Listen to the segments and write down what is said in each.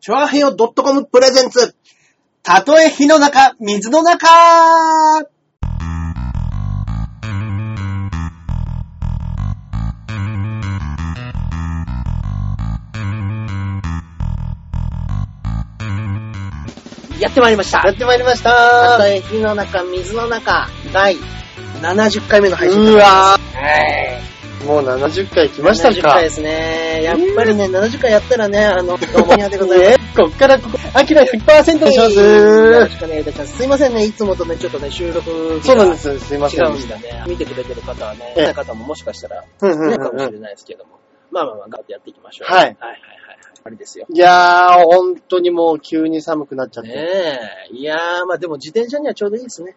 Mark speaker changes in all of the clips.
Speaker 1: チョアヘヨ .com プレゼンツ。たとえ火の中、水の中
Speaker 2: やってまいりました
Speaker 1: や。ってまいりました
Speaker 2: と
Speaker 1: た。
Speaker 2: え火の中、水の中。
Speaker 1: 第70回目の配信
Speaker 2: うわ
Speaker 1: はい。もう70回来ました
Speaker 2: 70
Speaker 1: か
Speaker 2: 回ですね。やっぱりね、70回やったらね、あの、どうもにゃでございます。
Speaker 1: こっからここ、アキラ100%にします
Speaker 2: よろしくお願いいたします。すいませんね、いつもとね、ちょっとね、収録日
Speaker 1: そ
Speaker 2: が
Speaker 1: うなんですよ。すいません。
Speaker 2: 違うんでね。見てくれてる方はね、
Speaker 1: ええ
Speaker 2: ない方ももしかしたら、
Speaker 1: うんうん
Speaker 2: ね、
Speaker 1: う
Speaker 2: か
Speaker 1: ん
Speaker 2: も
Speaker 1: う
Speaker 2: し
Speaker 1: ん
Speaker 2: れないですけども。まあまあまあ、頑張ってやっていきましょう。
Speaker 1: はい
Speaker 2: はいはいはい。あれですよ。
Speaker 1: いやー、本当にもう急に寒くなっちゃって。
Speaker 2: ねえ。いやー、まあでも自転車にはちょうどいいですね。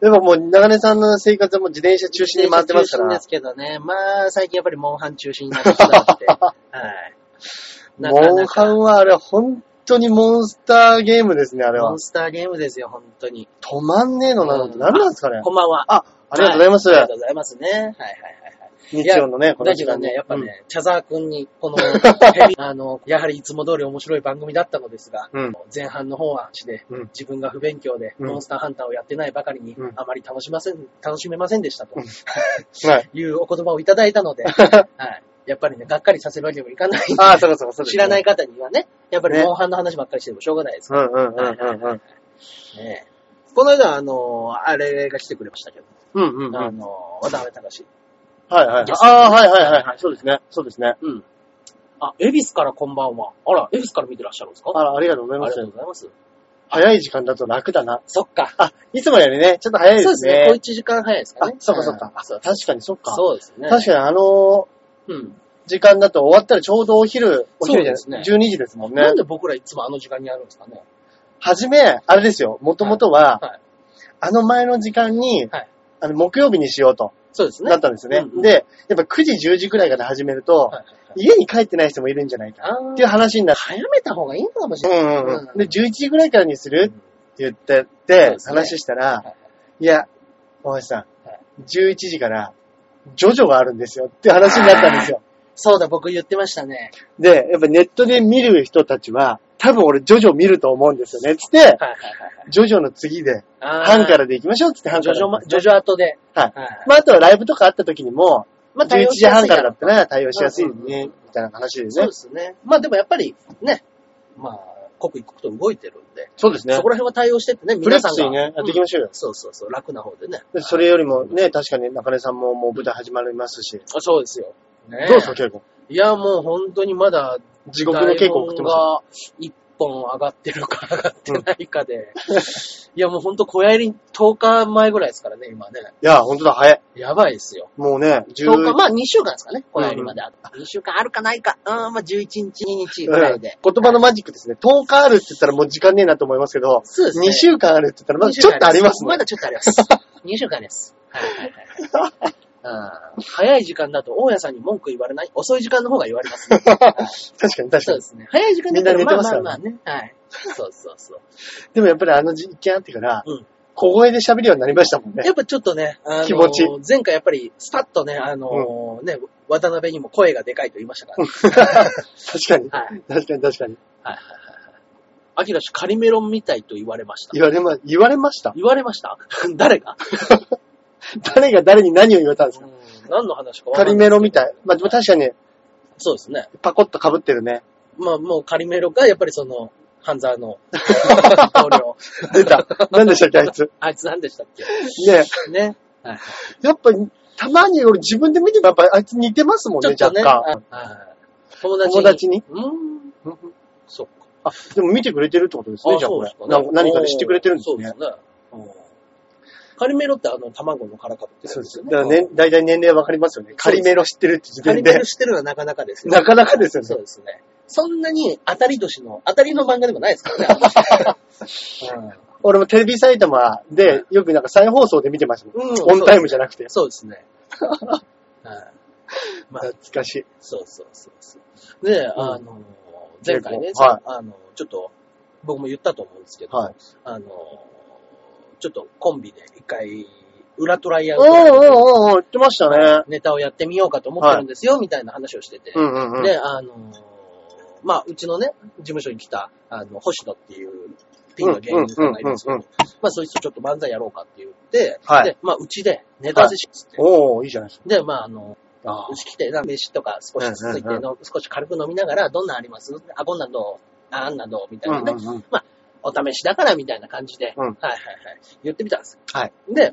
Speaker 1: でももう長年さんの生活はもう自転車中心に回ってますか
Speaker 2: 自
Speaker 1: ら
Speaker 2: 転車中心で。すけどね。まあ、最近やっぱりモンハン中心になってきた ので。はい。なかなか
Speaker 1: モンハンはあれは本当にモンスターゲームですね、あれ
Speaker 2: モ
Speaker 1: は
Speaker 2: ン。スターゲームですよ、本当に。
Speaker 1: 止まんねえのなのって何なんですかね。
Speaker 2: こんばんは。
Speaker 1: あ、ありがとうございます。
Speaker 2: はありがとうございますね。はいはいはいはい。
Speaker 1: 日曜のね、この
Speaker 2: だ
Speaker 1: 時
Speaker 2: け
Speaker 1: 間
Speaker 2: ど
Speaker 1: に
Speaker 2: ね、やっぱね、
Speaker 1: うん
Speaker 2: 茶沢くんに、 この、あの、やはりいつも通り面白い番組だったのですが、
Speaker 1: うん
Speaker 2: 前半の方はして、
Speaker 1: うん
Speaker 2: 自分が不勉強で、
Speaker 1: うん
Speaker 2: モンスターハンターをやってないばかりに、
Speaker 1: うん
Speaker 2: あまり楽しません、楽しめませんでしたと
Speaker 1: はい。
Speaker 2: いうお言葉をいただい たので、はい。やっぱりね、がっかりさせるわけにもいかない。
Speaker 1: ああ、そうかそうかそうですね
Speaker 2: 知らない方にはね、やっぱり
Speaker 1: ね
Speaker 2: モンハンの話ばっかりしてもしょうがないです
Speaker 1: うんうんうんうんうん。
Speaker 2: ね。この間、あの、あれが来てくれましたけど、
Speaker 1: うんうんうん。は
Speaker 2: あ
Speaker 1: い
Speaker 2: の、渡辺隆。
Speaker 1: はい。
Speaker 2: ゲスト
Speaker 1: ああ、はいはいはいはい。そうですね。そうですね。
Speaker 2: うん。あ、恵比寿からこんばんは。あら、恵比寿から見てらっしゃるんですか
Speaker 1: あら、ありがとうござい
Speaker 2: あ
Speaker 1: ま
Speaker 2: りがとう
Speaker 1: す。
Speaker 2: ございます。
Speaker 1: 早い時間だと楽だな。
Speaker 2: そっか。
Speaker 1: あ、いつもよりね、ちょっと早いで
Speaker 2: そうですすね。小
Speaker 1: ね。
Speaker 2: 一時間早いですか
Speaker 1: あ
Speaker 2: ね、。
Speaker 1: そうかそうか
Speaker 2: ん。
Speaker 1: あ
Speaker 2: そう
Speaker 1: 確かにそうか。
Speaker 2: そうですね。
Speaker 1: 確かにあのー、
Speaker 2: うん。
Speaker 1: 時間だと終わったらちょうどお昼、お昼じゃ
Speaker 2: そう
Speaker 1: ない、
Speaker 2: です
Speaker 1: 12時ですもんね
Speaker 2: な。んで僕らいつもあの時間にやるんですかね
Speaker 1: はじめ、あれですよ、もともとは、
Speaker 2: はい。
Speaker 1: あの前の時間に、
Speaker 2: はい
Speaker 1: あの木曜日にしようと
Speaker 2: そうですね。
Speaker 1: なったんですよね。
Speaker 2: うんうん
Speaker 1: で、やっぱ9時、10時くらいから始めると、
Speaker 2: はいはいはい
Speaker 1: 家に帰ってない人もいるんじゃないか
Speaker 2: あー
Speaker 1: っていう話になって、
Speaker 2: 早めた方がいいのかもし
Speaker 1: う
Speaker 2: れない。
Speaker 1: んうんうん。
Speaker 2: うん
Speaker 1: で、11時くらいからにするって言って
Speaker 2: そう
Speaker 1: て、
Speaker 2: ですね
Speaker 1: 話したら、
Speaker 2: は
Speaker 1: い
Speaker 2: い
Speaker 1: や、大橋さん、
Speaker 2: は
Speaker 1: 11時から、ジョジョがあるんですよって話になったんですよ。
Speaker 2: そうだ、僕言ってました ね。
Speaker 1: で、やっぱネットで見る人たちは、多分俺ジョジョ見ると思うんですよね。つって、
Speaker 2: はいはいはいはい。
Speaker 1: ジョジョの次で、
Speaker 2: あー
Speaker 1: ハンからで行きましょうっつってハン
Speaker 2: ジ
Speaker 1: か
Speaker 2: ョ
Speaker 1: ら
Speaker 2: ジョ
Speaker 1: 行
Speaker 2: ま、
Speaker 1: きまし
Speaker 2: ジ
Speaker 1: ょ
Speaker 2: ョ
Speaker 1: う。
Speaker 2: ジョ後で。
Speaker 1: はい。
Speaker 2: はいはい
Speaker 1: まあ、あとはライブとかあった時にも、
Speaker 2: ま
Speaker 1: 11時半からだ
Speaker 2: っ
Speaker 1: ったら対応しやすいね、みたいな話で
Speaker 2: そう
Speaker 1: ね
Speaker 2: で。すね。まあでもやっぱり、ね、まあ、刻一刻と動いてるんで、
Speaker 1: そうです
Speaker 2: そこら辺は対応してってね、
Speaker 1: フレ
Speaker 2: 皆
Speaker 1: ッ
Speaker 2: さ
Speaker 1: ク
Speaker 2: ん
Speaker 1: ス
Speaker 2: が。
Speaker 1: にね、やっていきましょうよ。
Speaker 2: そうそうそう、楽な方でね。
Speaker 1: でそれよりもね、確かに中根さんももう舞台始まりますし、
Speaker 2: あそうですよ。ね
Speaker 1: どうですか稽古
Speaker 2: いや、もう本当にまだ、
Speaker 1: 地獄の稽古送ってます
Speaker 2: す。一本上がってるか上がってないか で。いや、もう本当小屋入り10日前ぐらいですからね、今ね。
Speaker 1: いや、ほんとだ、早い。
Speaker 2: やばいですよ。
Speaker 1: もうね、
Speaker 2: 10日、
Speaker 1: 10
Speaker 2: まあ2週間ですかね、小屋入りまであと。2週間あるかないか。うん、まあ11日、2日ぐらいで。
Speaker 1: 言葉のマジックですね。10日あるって言ったらもう時間ねえなと思いますけど、
Speaker 2: そうですね。
Speaker 1: 2週間あるって言ったらまだちょっとありますね
Speaker 2: ま。だちょっとあ ります。2週間あります。はいはいはいはい。うん早い時間だと大家さんに文句言われない遅い時間の方が言われますね。
Speaker 1: 確かに確か
Speaker 2: そう
Speaker 1: に
Speaker 2: で。すね。早い時間だった
Speaker 1: み
Speaker 2: ら
Speaker 1: んな寝て
Speaker 2: まあ
Speaker 1: ますか
Speaker 2: まあ
Speaker 1: ら
Speaker 2: まあね。はい。そうそうそう。
Speaker 1: でもやっぱりあの実験あってから、
Speaker 2: うん
Speaker 1: 小声で喋るようになりましたもんね。
Speaker 2: やっぱちょっとね、あの
Speaker 1: 気持ち
Speaker 2: 前回やっぱりスパッとね、あのーね、渡辺にも声がでかいと言いましたから。
Speaker 1: 確かに。
Speaker 2: はい。
Speaker 1: 確かに確かに。
Speaker 2: アキラ氏、カリメロンみたいと言われました。
Speaker 1: 言われま、言われました。
Speaker 2: 言われました 誰が
Speaker 1: 誰が誰に何を言われたんですか
Speaker 2: 何の話かわ
Speaker 1: カ
Speaker 2: かんない
Speaker 1: リメロみたい。まあ、でも確かに
Speaker 2: そうですね。
Speaker 1: パコッと被ってるね。
Speaker 2: まあもうカリメロがやっぱりその、半沢 の同僚。
Speaker 1: 出た。何でしたっけ、あいつ。
Speaker 2: あいつ何でしたっけ
Speaker 1: ね
Speaker 2: ね。
Speaker 1: やっぱ、たまに俺自分で見てもやっぱあいつ似てますもん
Speaker 2: ちょ
Speaker 1: ね
Speaker 2: っ、と
Speaker 1: 若
Speaker 2: ね。
Speaker 1: 干。
Speaker 2: ああ友達
Speaker 1: 友達に。
Speaker 2: うーん。そっか。
Speaker 1: あ、でも見てくれてるってことですね、じゃあこれ。なんか何かで知ってくれてるんですね
Speaker 2: そ。うですね。うんカリメロってあの、卵の殻かぶってるん
Speaker 1: そうです
Speaker 2: よ
Speaker 1: ね。だからね、大体年齢わかりますよね。カリメロ知ってるって時
Speaker 2: カ
Speaker 1: 点
Speaker 2: リメ
Speaker 1: で
Speaker 2: ロ。してるのはなかなかですよ。
Speaker 1: なかなかですよね
Speaker 2: そうですね。そんなに当たり年の、当たりの漫画でもないですからね。
Speaker 1: 俺もテレビ埼玉で、よくなんか再放送で見てましたもん。
Speaker 2: うん
Speaker 1: オンタイムじゃなくて。
Speaker 2: そうですね。 うんまあ
Speaker 1: 懐、かしい。
Speaker 2: そうそうそうそう。で、
Speaker 1: ん
Speaker 2: あの、前回ね、
Speaker 1: 結構はい
Speaker 2: あの、ちょっと、僕も言ったと思うんですけど、
Speaker 1: はい
Speaker 2: あの、ちょっとコンビで一回、裏トライアウ
Speaker 1: おー
Speaker 2: ト
Speaker 1: おーおーおー言ってましたね。
Speaker 2: ネタをやってみようかと思ってるんですよ、みたいな話をしてて。
Speaker 1: うんうんうん。
Speaker 2: で、あのーまあ、うちのね、事務所に来た、あの、星野っていう、ピンの芸人さんがいるんですけど
Speaker 1: うんうん、
Speaker 2: まあ、そいつとちょっと漫才やろうかって言って、
Speaker 1: はい
Speaker 2: で、まあ、うちでネタ合わせしつって、
Speaker 1: おー、いいじゃないです
Speaker 2: で、まあ、あの、
Speaker 1: か。あ
Speaker 2: うち来て、な飯とか少しつついての、
Speaker 1: うん
Speaker 2: 少し軽く飲みながら、どんなんありますあ、こんなんどうああんなんどうみたいなね、
Speaker 1: うんうんうん
Speaker 2: お試しだからみたいな感じで、
Speaker 1: うん
Speaker 2: はいはいはい、言ってみたんです。
Speaker 1: はい。
Speaker 2: で、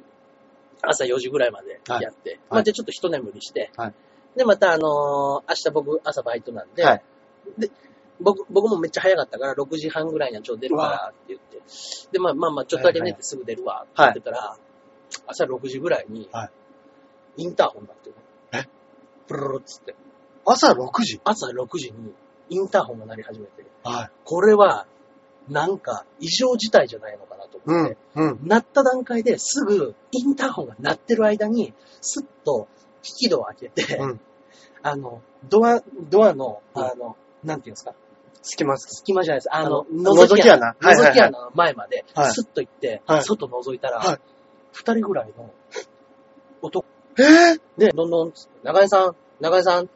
Speaker 2: 朝4時ぐらいまでやって、
Speaker 1: は
Speaker 2: まあ、
Speaker 1: い
Speaker 2: で、ちょっと一眠りして、
Speaker 1: はい
Speaker 2: で、また、あのー明日僕、朝バイトなんで、
Speaker 1: はい
Speaker 2: で、僕、僕もめっちゃ早かったから、6時半ぐらいにはちょっと出るからって言って、で、まあまあまあ、ちょっとだけ寝てすぐ出るわって言ってたら、朝6時ぐらいに、
Speaker 1: は
Speaker 2: インターホンだってね、
Speaker 1: え
Speaker 2: ブルルルっつって、
Speaker 1: 朝6時
Speaker 2: 朝6時にインターホンが鳴り始めて、
Speaker 1: はい。
Speaker 2: これは、なんか、異常事態じゃないのかなと
Speaker 1: う
Speaker 2: 思って
Speaker 1: ん、、うん。
Speaker 2: 鳴った段階ですぐ、インターホンが鳴ってる間に、スッと、引き戸を開けて、
Speaker 1: うん
Speaker 2: あの、ドア、ドアの、
Speaker 1: うん
Speaker 2: あの、なんていうんですか、
Speaker 1: 隙間です。
Speaker 2: 隙間じゃないです。あの、
Speaker 1: あの
Speaker 2: 覗き穴。
Speaker 1: 覗き穴はいはいはい
Speaker 2: 覗き穴の前まで、
Speaker 1: はい
Speaker 2: スッと行って、
Speaker 1: はい
Speaker 2: 外覗いたら、
Speaker 1: はい
Speaker 2: 二人ぐらいの男
Speaker 1: えぇ
Speaker 2: で、どんどんつって、中井さん、中井さん、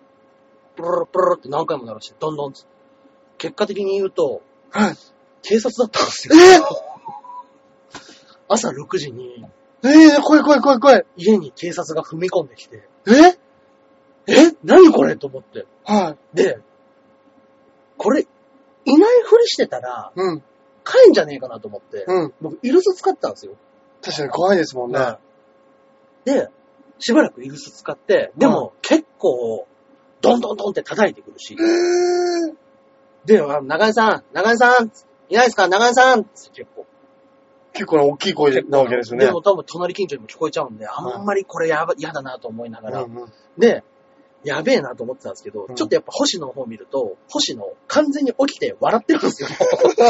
Speaker 2: プルルルプルルルって何回も鳴らして、どんどんつって。結果的に言うと、
Speaker 1: はい
Speaker 2: 警察だったんですよ。朝6時に
Speaker 1: えぇ怖い怖い怖い怖い。
Speaker 2: 家に警察が踏み込んできて、
Speaker 1: えぇ
Speaker 2: え何これと思って。
Speaker 1: はい。
Speaker 2: で、これ、いないふりしてたら、
Speaker 1: うん、
Speaker 2: 帰んじゃねえかなと思って、
Speaker 1: うん。
Speaker 2: 僕、イルス使ったんですよ。
Speaker 1: 確かに怖いですもんね。
Speaker 2: で、しばらくイルス使って、でも、結構、どんどんどんって叩いてくるし、
Speaker 1: えぇ
Speaker 2: で、あの長井さん、長井さん、いないですか長井さんって結構。
Speaker 1: 結構大きい声なわけですよね。
Speaker 2: でも多分隣近所にも聞こえちゃうんで、あんまりこれやば嫌だなと思いながら、
Speaker 1: うんうん
Speaker 2: で、やべえなと思ってたんですけど、
Speaker 1: うん
Speaker 2: ちょっとやっぱ星野の方見ると、星野完全に起きて笑ってるんですよ。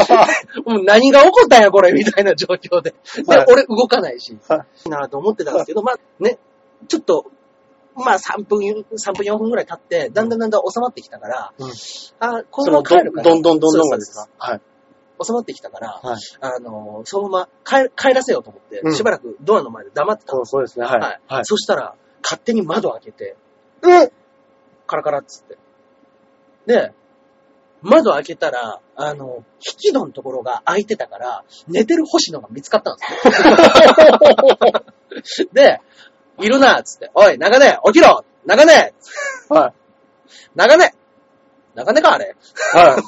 Speaker 2: もう何が起こったんやこれみたいな状況で。で、
Speaker 1: はい
Speaker 2: 俺動かないし、
Speaker 1: はい
Speaker 2: いなと思ってたんですけど、まあね、ちょっと、まあ3分、3分4分ぐらい経って、だんだんだんだん収まってきたから、
Speaker 1: うん
Speaker 2: あ、こ
Speaker 1: そ
Speaker 2: の
Speaker 1: の
Speaker 2: まま帰るかな
Speaker 1: どんどんどんどんどんがです
Speaker 2: そうそう
Speaker 1: かはい。
Speaker 2: そう収まってきたから、
Speaker 1: はい。
Speaker 2: あの、そのまま帰帰らせようと思って、
Speaker 1: うん
Speaker 2: しばらくドアの前で黙ってたん
Speaker 1: そうそう
Speaker 2: で
Speaker 1: ですね。は
Speaker 2: す。はい
Speaker 1: い。。はい。
Speaker 2: そしたら、勝手に窓開けて、
Speaker 1: え
Speaker 2: カラカラっつって。で、窓開けたら、あの、引き戸のところが開いてたから、寝てる星野が見つかった んですよ。で、いるなっつって、おい、中根、起きろ中根
Speaker 1: はい。
Speaker 2: 中根中根か、あれ。
Speaker 1: はい。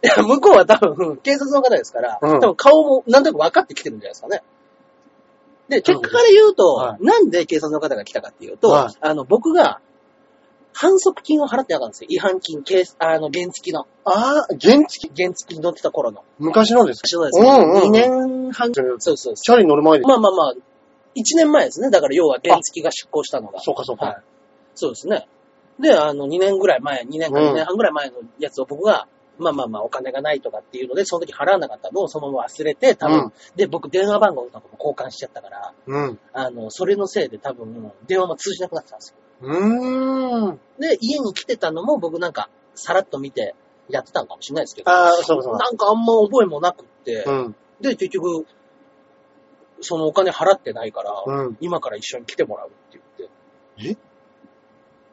Speaker 2: いや、 向こうは多分、警察の方ですから、
Speaker 1: うん
Speaker 2: 多分顔もなんとなく分かってきてるんじゃないですかね。で、結果から言うと、
Speaker 1: は
Speaker 2: なんで警察の方が来たかっていうと、
Speaker 1: はい
Speaker 2: あの、僕が、反則金を払ってなかったんですよ。違反金、ケース、あの、原付きの。
Speaker 1: あー、原付
Speaker 2: 原付きに乗ってた頃の。
Speaker 1: 昔のですか
Speaker 2: 私のですね、
Speaker 1: うんうん
Speaker 2: 2年半。
Speaker 1: そう
Speaker 2: そうそうそ
Speaker 1: チャリ乗る前で
Speaker 2: う。。まあまあまあ、1年前ですね。だから要は原付きが執行したのが。
Speaker 1: そうかそう
Speaker 2: はい
Speaker 1: か。。
Speaker 2: そうですね。で、あの、2年ぐらい前、2年か
Speaker 1: うん
Speaker 2: 2年半ぐらい前のやつを僕が、まあまあまあ、お金がないとかっていうので、その時払わなかったのをそのまま忘れて、多分、
Speaker 1: うん
Speaker 2: で、僕電話番号とかも交換しちゃったから、
Speaker 1: うん。
Speaker 2: あの、それのせいで多分、電話も通じなくなってたんですよ。
Speaker 1: うーん。
Speaker 2: で、家に来てたのも僕なんか、さらっと見て、やってたのかもしれないですけど、
Speaker 1: あー、そうかそうか。
Speaker 2: なんかあんま覚えもなくって、
Speaker 1: うん。
Speaker 2: で、結局、そのお金払ってないから、
Speaker 1: うん。
Speaker 2: 今から一緒に来てもらうって言って、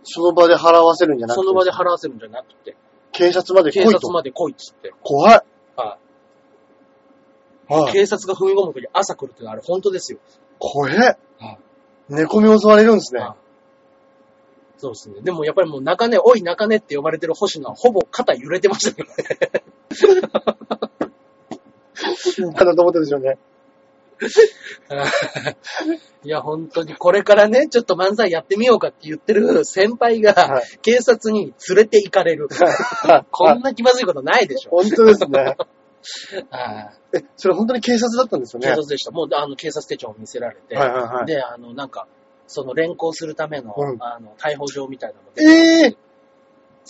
Speaker 1: その場で払わせるんじゃなく
Speaker 2: そ
Speaker 1: て。
Speaker 2: の場で払わせるんじゃなくて、
Speaker 1: 警察まで来
Speaker 2: 警
Speaker 1: い
Speaker 2: 察
Speaker 1: と。
Speaker 2: まで来いっつって、
Speaker 1: 怖い。
Speaker 2: は。
Speaker 1: はいい。
Speaker 2: 警察が踏み込むとき朝来るってのはあれ本当ですよ。
Speaker 1: 怖え
Speaker 2: はい。
Speaker 1: 猫み襲われるんですね。
Speaker 2: はいそうですね。でもやっぱりもう中根、おい中根って呼ばれてる星野はほぼ肩揺れてま したけどね。
Speaker 1: かなと思ってるでしょうね。
Speaker 2: いや本当にこれからね、ちょっと漫才やってみようかって言ってる先輩が
Speaker 1: はい
Speaker 2: 警察に連れて行かれる。
Speaker 1: はい。
Speaker 2: こん
Speaker 1: あ
Speaker 2: な気まずいことないでしょ。
Speaker 1: 本当ですね。
Speaker 2: あー
Speaker 1: え、それ本当に警察だったんですよ
Speaker 2: 警
Speaker 1: ね。は
Speaker 2: 察
Speaker 1: い
Speaker 2: でした。もうあの警察手帳を見せられて、
Speaker 1: はいはい。
Speaker 2: で、あのなんか、その連行するための、
Speaker 1: うん
Speaker 2: あの、逮捕状みたいなので
Speaker 1: ええ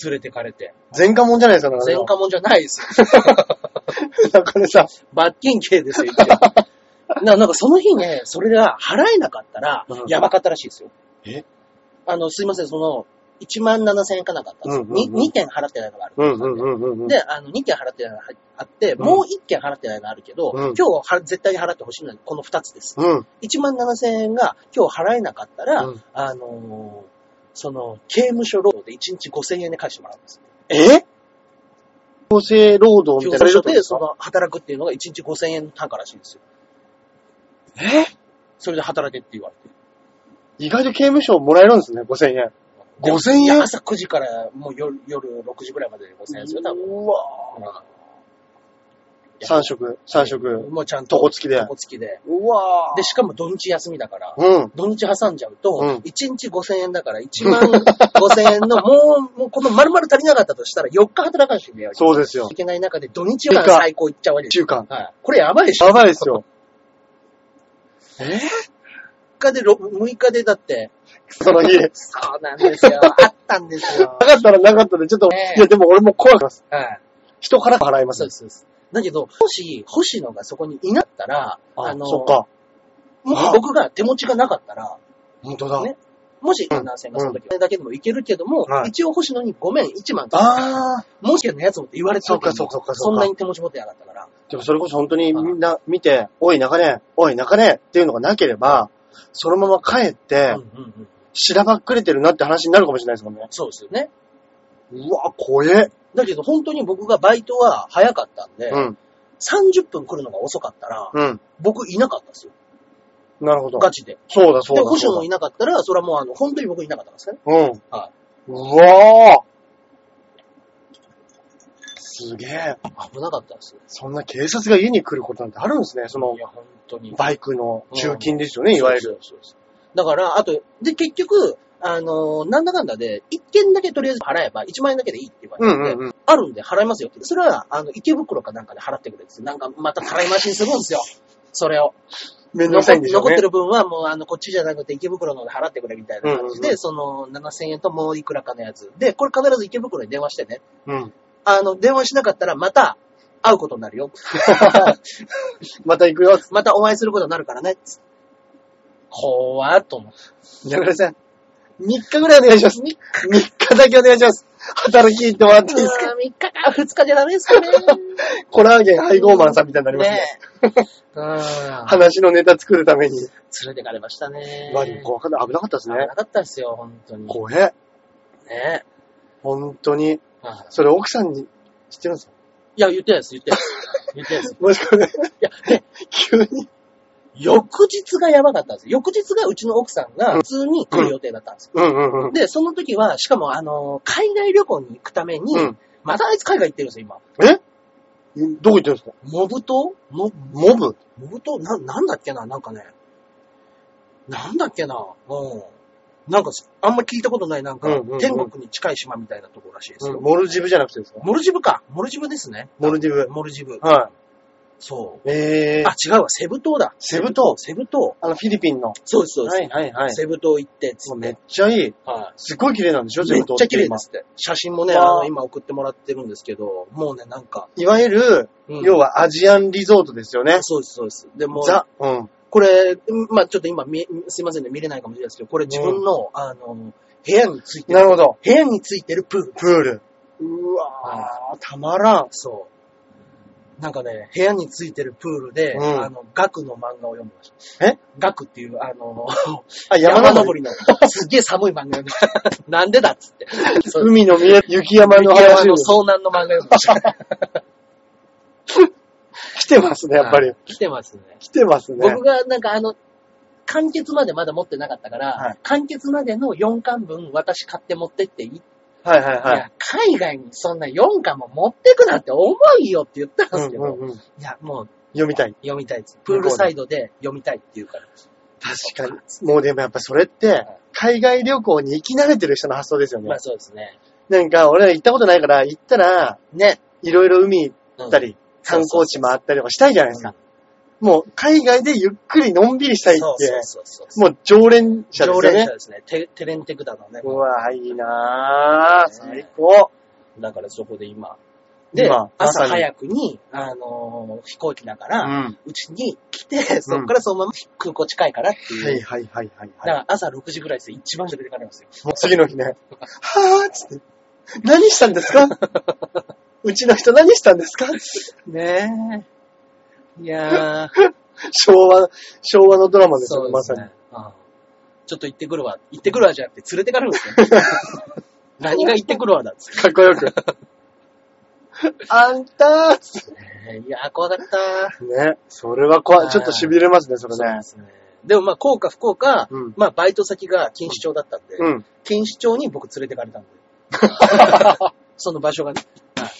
Speaker 2: 連れてかれて、
Speaker 1: 前科者じゃないですか、中根
Speaker 2: 前科もんじゃないですよ
Speaker 1: さん。中根さん。
Speaker 2: 罰金刑ですよ、一応ななんかその日ね、それが払えなかったら
Speaker 1: うん、
Speaker 2: やばかったらしいですよ。
Speaker 1: え
Speaker 2: あの、すいません、その、1万7千円かなかったんですよ。
Speaker 1: うんうんうん
Speaker 2: に2件払ってないのがある。
Speaker 1: うんうんうんうんうん。
Speaker 2: で、あの、2件払ってないのがあって、
Speaker 1: うん
Speaker 2: もう1件払ってないのあるけど、
Speaker 1: うん
Speaker 2: 今日は絶対に払ってほしいのはこの2つです。
Speaker 1: うん。
Speaker 2: 1万7千円が今日払えなかったら、
Speaker 1: うん
Speaker 2: あのーその、刑務所労働で1日5千円で返してもらうんですよ。
Speaker 1: え強制労働み
Speaker 2: 教
Speaker 1: たいなこ
Speaker 2: 科書
Speaker 1: と
Speaker 2: で、
Speaker 1: です
Speaker 2: そ
Speaker 1: か
Speaker 2: の、働くっていうのが1日5000円の単価らしいんですよ。
Speaker 1: え
Speaker 2: それで働けって言われて。
Speaker 1: 意外と刑務所もらえるんですね、5000円。5000円
Speaker 2: いや朝9時からもう夜夜6時ぐらいまでで5000円ですよ、多分。
Speaker 1: うわ
Speaker 2: や
Speaker 1: 3食、3食、
Speaker 2: もうちゃんと。
Speaker 1: 床付きで。
Speaker 2: 床付きで。
Speaker 1: うわ
Speaker 2: で、しかも土日休みだから、
Speaker 1: うん。
Speaker 2: 土日挟んじゃうと、
Speaker 1: うん
Speaker 2: 1日5000円だから、1万5000円の、もう、もうこの丸々足りなかったとしたら、4日働かんしね
Speaker 1: そうですよ
Speaker 2: い。けない中で、土日は最高いっちゃうわけですよ。
Speaker 1: 中間。
Speaker 2: はい。これやばいでしょ
Speaker 1: やばいですよ。え
Speaker 2: 6日で、6日でだって、
Speaker 1: その日。な
Speaker 2: そうなんです よ。あったんですよ。
Speaker 1: かったらなかったで、ちょっと、
Speaker 2: ねえ
Speaker 1: いや、でも俺も怖くなります。
Speaker 2: はい。
Speaker 1: 人から払いま
Speaker 2: そ
Speaker 1: す
Speaker 2: うで。す、そうです。だけど、もし、星野がそこにいなかったら、
Speaker 1: あ、
Speaker 2: の、
Speaker 1: そっか。
Speaker 2: もし僕が手持ちがなかったら、
Speaker 1: 本当だ。
Speaker 2: ねもし、男性がその時、だけでもいけるけども、
Speaker 1: はい
Speaker 2: 一応星野にごめん、1万とか、
Speaker 1: ああ。
Speaker 2: もしやのやつもって言われてるけど
Speaker 1: そうかそうかそうか
Speaker 2: そんなに手持ち持ってなかったから、
Speaker 1: でもそれこそ本当にみんな見て、おい中根、おい中根っていうのがなければ、そのまま帰って
Speaker 2: うん、うんうん。
Speaker 1: しらばっくれてるなって話になるかもしれないですもんね。
Speaker 2: そうですよね。
Speaker 1: うわ、怖え。
Speaker 2: だけど、本当に僕がバイトは早かったんで、
Speaker 1: うん、
Speaker 2: 30分来るのが遅かったら、
Speaker 1: うん。
Speaker 2: 僕いなかったんですよ。
Speaker 1: なるほど。
Speaker 2: ガチで。
Speaker 1: そうだ、そう
Speaker 2: で、
Speaker 1: だ。
Speaker 2: 星野
Speaker 1: そ
Speaker 2: も
Speaker 1: う
Speaker 2: いなかったら、それはもうあの、本当に僕いなかったんですね。
Speaker 1: だうん。
Speaker 2: は
Speaker 1: うわぁすげえ。
Speaker 2: 危なかったんですよ。
Speaker 1: そんな警察が家に来ることなんてあるんですね。その
Speaker 2: い、や、本当に。
Speaker 1: バイクの中勤ですよね、いわゆる。
Speaker 2: そうです。そうですだから、あと、で、結局、あのーなんだかんだで、1件だけとりあえず払えば、1万円だけでいいって言わ
Speaker 1: う
Speaker 2: れて、
Speaker 1: んうんうん。
Speaker 2: あるんで払いますよって。それは、あの、池袋かなんかで払ってくれって。なんか、また払い増しにするんですよ。それを。
Speaker 1: めんど
Speaker 2: 残
Speaker 1: くさいんでしょう
Speaker 2: 残っ
Speaker 1: ね
Speaker 2: て。る分は、もう、あの、こっちじゃなくて池袋の方で払ってくれみたいな感じで、
Speaker 1: うんうんうん
Speaker 2: その、7000円ともういくらかのやつ。で、これ必ず池袋に電話してね。
Speaker 1: うん。
Speaker 2: あの、電話しなかったら、また、会うことになるよ。
Speaker 1: また行くよ。
Speaker 2: またお会いすることになるからね。つって怖っと思って。
Speaker 1: 中村さん、3日ぐらいお願いします。3日だけお願いします。働きに行ってもらっていいですか
Speaker 2: うわー3日か2日じゃダメですかね。
Speaker 1: コラーゲン配合マンさんみたいになりますね。
Speaker 2: え。うん。
Speaker 1: 話のネタ作るために。
Speaker 2: 連れてかれましたね。
Speaker 1: まあでも怖かった。危なかったですね
Speaker 2: な。かったですよ、本当に。
Speaker 1: 怖え。
Speaker 2: ね
Speaker 1: 本当に。
Speaker 2: うん
Speaker 1: それ奥さんに知ってるんですか
Speaker 2: いや、言ってないです、言ってないです。言ってないです。
Speaker 1: もしかね、
Speaker 2: いや、で、
Speaker 1: 急に。
Speaker 2: 翌日がやばかったんです。翌日がうちの奥さんが普通に来る予定だったんですよ。
Speaker 1: うんうんうん。
Speaker 2: で、その時は、しかも、あの、海外旅行に行くために、
Speaker 1: うん
Speaker 2: またあいつ海外行ってるんですよ、今。
Speaker 1: えどこ行ってるんですか
Speaker 2: モブ島モ
Speaker 1: モブ
Speaker 2: モブ島な、なんだっけな、なんかね。なんだっけな、うん。なんか、あんま聞いたことない、なんか、
Speaker 1: うんうんうん
Speaker 2: 天国に近い島みたいなところらしいですよ。
Speaker 1: モルジブじゃなくてですか
Speaker 2: モルジブか。モルジブですね。
Speaker 1: モルジブ。
Speaker 2: モルジブ。
Speaker 1: は
Speaker 2: そう。
Speaker 1: い。えー
Speaker 2: あ、、違うわ、セブ島だ。
Speaker 1: セブ島
Speaker 2: セブ島。
Speaker 1: あの、フィリピンの。
Speaker 2: そうです、そうです。
Speaker 1: いはいは
Speaker 2: セブ島行って、つ
Speaker 1: も
Speaker 2: っ
Speaker 1: う
Speaker 2: て
Speaker 1: めっ。ちゃいい。
Speaker 2: は
Speaker 1: すごい綺麗なんでしょ
Speaker 2: い。めっちゃ綺麗で
Speaker 1: ます
Speaker 2: って。写真もね、あ
Speaker 1: わ
Speaker 2: の、
Speaker 1: あ
Speaker 2: 今送ってもらってるんですけど、もうね、なんか、
Speaker 1: いわゆる、
Speaker 2: うん
Speaker 1: 要はアジアンリゾートですよね。
Speaker 2: そうです、そうです。でも、
Speaker 1: ザ、うん。
Speaker 2: これ、まあちょっと今見え、すいませんね、見れないかもしれないですけど、これ自分の、あの、部屋について
Speaker 1: な
Speaker 2: る、
Speaker 1: るほど。
Speaker 2: 部屋についてるプール。
Speaker 1: プール。うわー、たまらん。
Speaker 2: そう。なんかね、部屋についてるプールで、
Speaker 1: うん
Speaker 2: あの、ガクの漫画を読んでました。
Speaker 1: え
Speaker 2: ガクっていう、あの、
Speaker 1: あ、
Speaker 2: 山
Speaker 1: 山登
Speaker 2: 登
Speaker 1: り。
Speaker 2: りの、すっげえ寒い漫画読んでた。 なんでだっつって。そう
Speaker 1: 海の見え、雪山の
Speaker 2: 山
Speaker 1: 話
Speaker 2: の
Speaker 1: を
Speaker 2: 遭難の漫画読んでま した。
Speaker 1: 来てますね、やっぱり。
Speaker 2: 来てますね。
Speaker 1: 来てますね。
Speaker 2: 僕がなんかあの、完結までまだ持ってなかったから、
Speaker 1: はい
Speaker 2: 完結までの4巻分私買って持ってっていい
Speaker 1: はいはいはい
Speaker 2: や、海外にそんな4巻も持ってくなんて重いよって言ったんです
Speaker 1: い。
Speaker 2: け
Speaker 1: う
Speaker 2: ど、
Speaker 1: んうんうん。
Speaker 2: いや、もう
Speaker 1: 読みたい。
Speaker 2: 読みたいです。プールサイドで読みたいって言うから。
Speaker 1: 確かに。もうでもやっぱそれって、海外旅行に行き慣れてる人の発想ですよね
Speaker 2: まあ。そうですね。
Speaker 1: なんか俺ら行ったことないから、行ったら、
Speaker 2: ね。
Speaker 1: いろいろ海行
Speaker 2: うん
Speaker 1: ったり、観光地回ったりとかしたいじゃないです
Speaker 2: そう
Speaker 1: か。もう海外でゆっくりのんびりしたいって、
Speaker 2: そうそうそう。
Speaker 1: もう常連者です
Speaker 2: 常
Speaker 1: よ
Speaker 2: 連者
Speaker 1: ね。
Speaker 2: ですね。テテレンテクダのね
Speaker 1: う。わ、いいなぁ、
Speaker 2: ね
Speaker 1: 最高。
Speaker 2: だからそこで今。で
Speaker 1: 今、まさ
Speaker 2: 朝
Speaker 1: に
Speaker 2: 早くに、あのー飛行機だか
Speaker 1: う
Speaker 2: ら、
Speaker 1: は
Speaker 2: うちに来て、そこからそのまま空港近いからって
Speaker 1: い
Speaker 2: いう。
Speaker 1: はいはいはい
Speaker 2: だ
Speaker 1: は
Speaker 2: から朝6時ぐらいですよ一番下出てかれますよ。
Speaker 1: い。もう次の日ね、はぁーっつって、何したんです かうちの人何したんですか
Speaker 2: ねえ。いやー。
Speaker 1: 昭和、昭和のドラマですよね、
Speaker 2: そうで
Speaker 1: ますさに。
Speaker 2: ね。うんちょっと行ってくるわ。行ってくるわじゃな くて連れてかれるんですよ。何が行ってくるわだっつって。
Speaker 1: かっこよく。あんたーっつって
Speaker 2: ねいやー、怖かった。
Speaker 1: ね。それは怖。
Speaker 2: はいい
Speaker 1: ちょっと痺れますね、それ
Speaker 2: そう
Speaker 1: ね
Speaker 2: で。すね。でもまあ、こうか不幸か、
Speaker 1: うん
Speaker 2: まあ、バイト先が錦糸町だったんで、
Speaker 1: うん。
Speaker 2: 錦糸町に僕連れてかれたん で。その場所がね。はい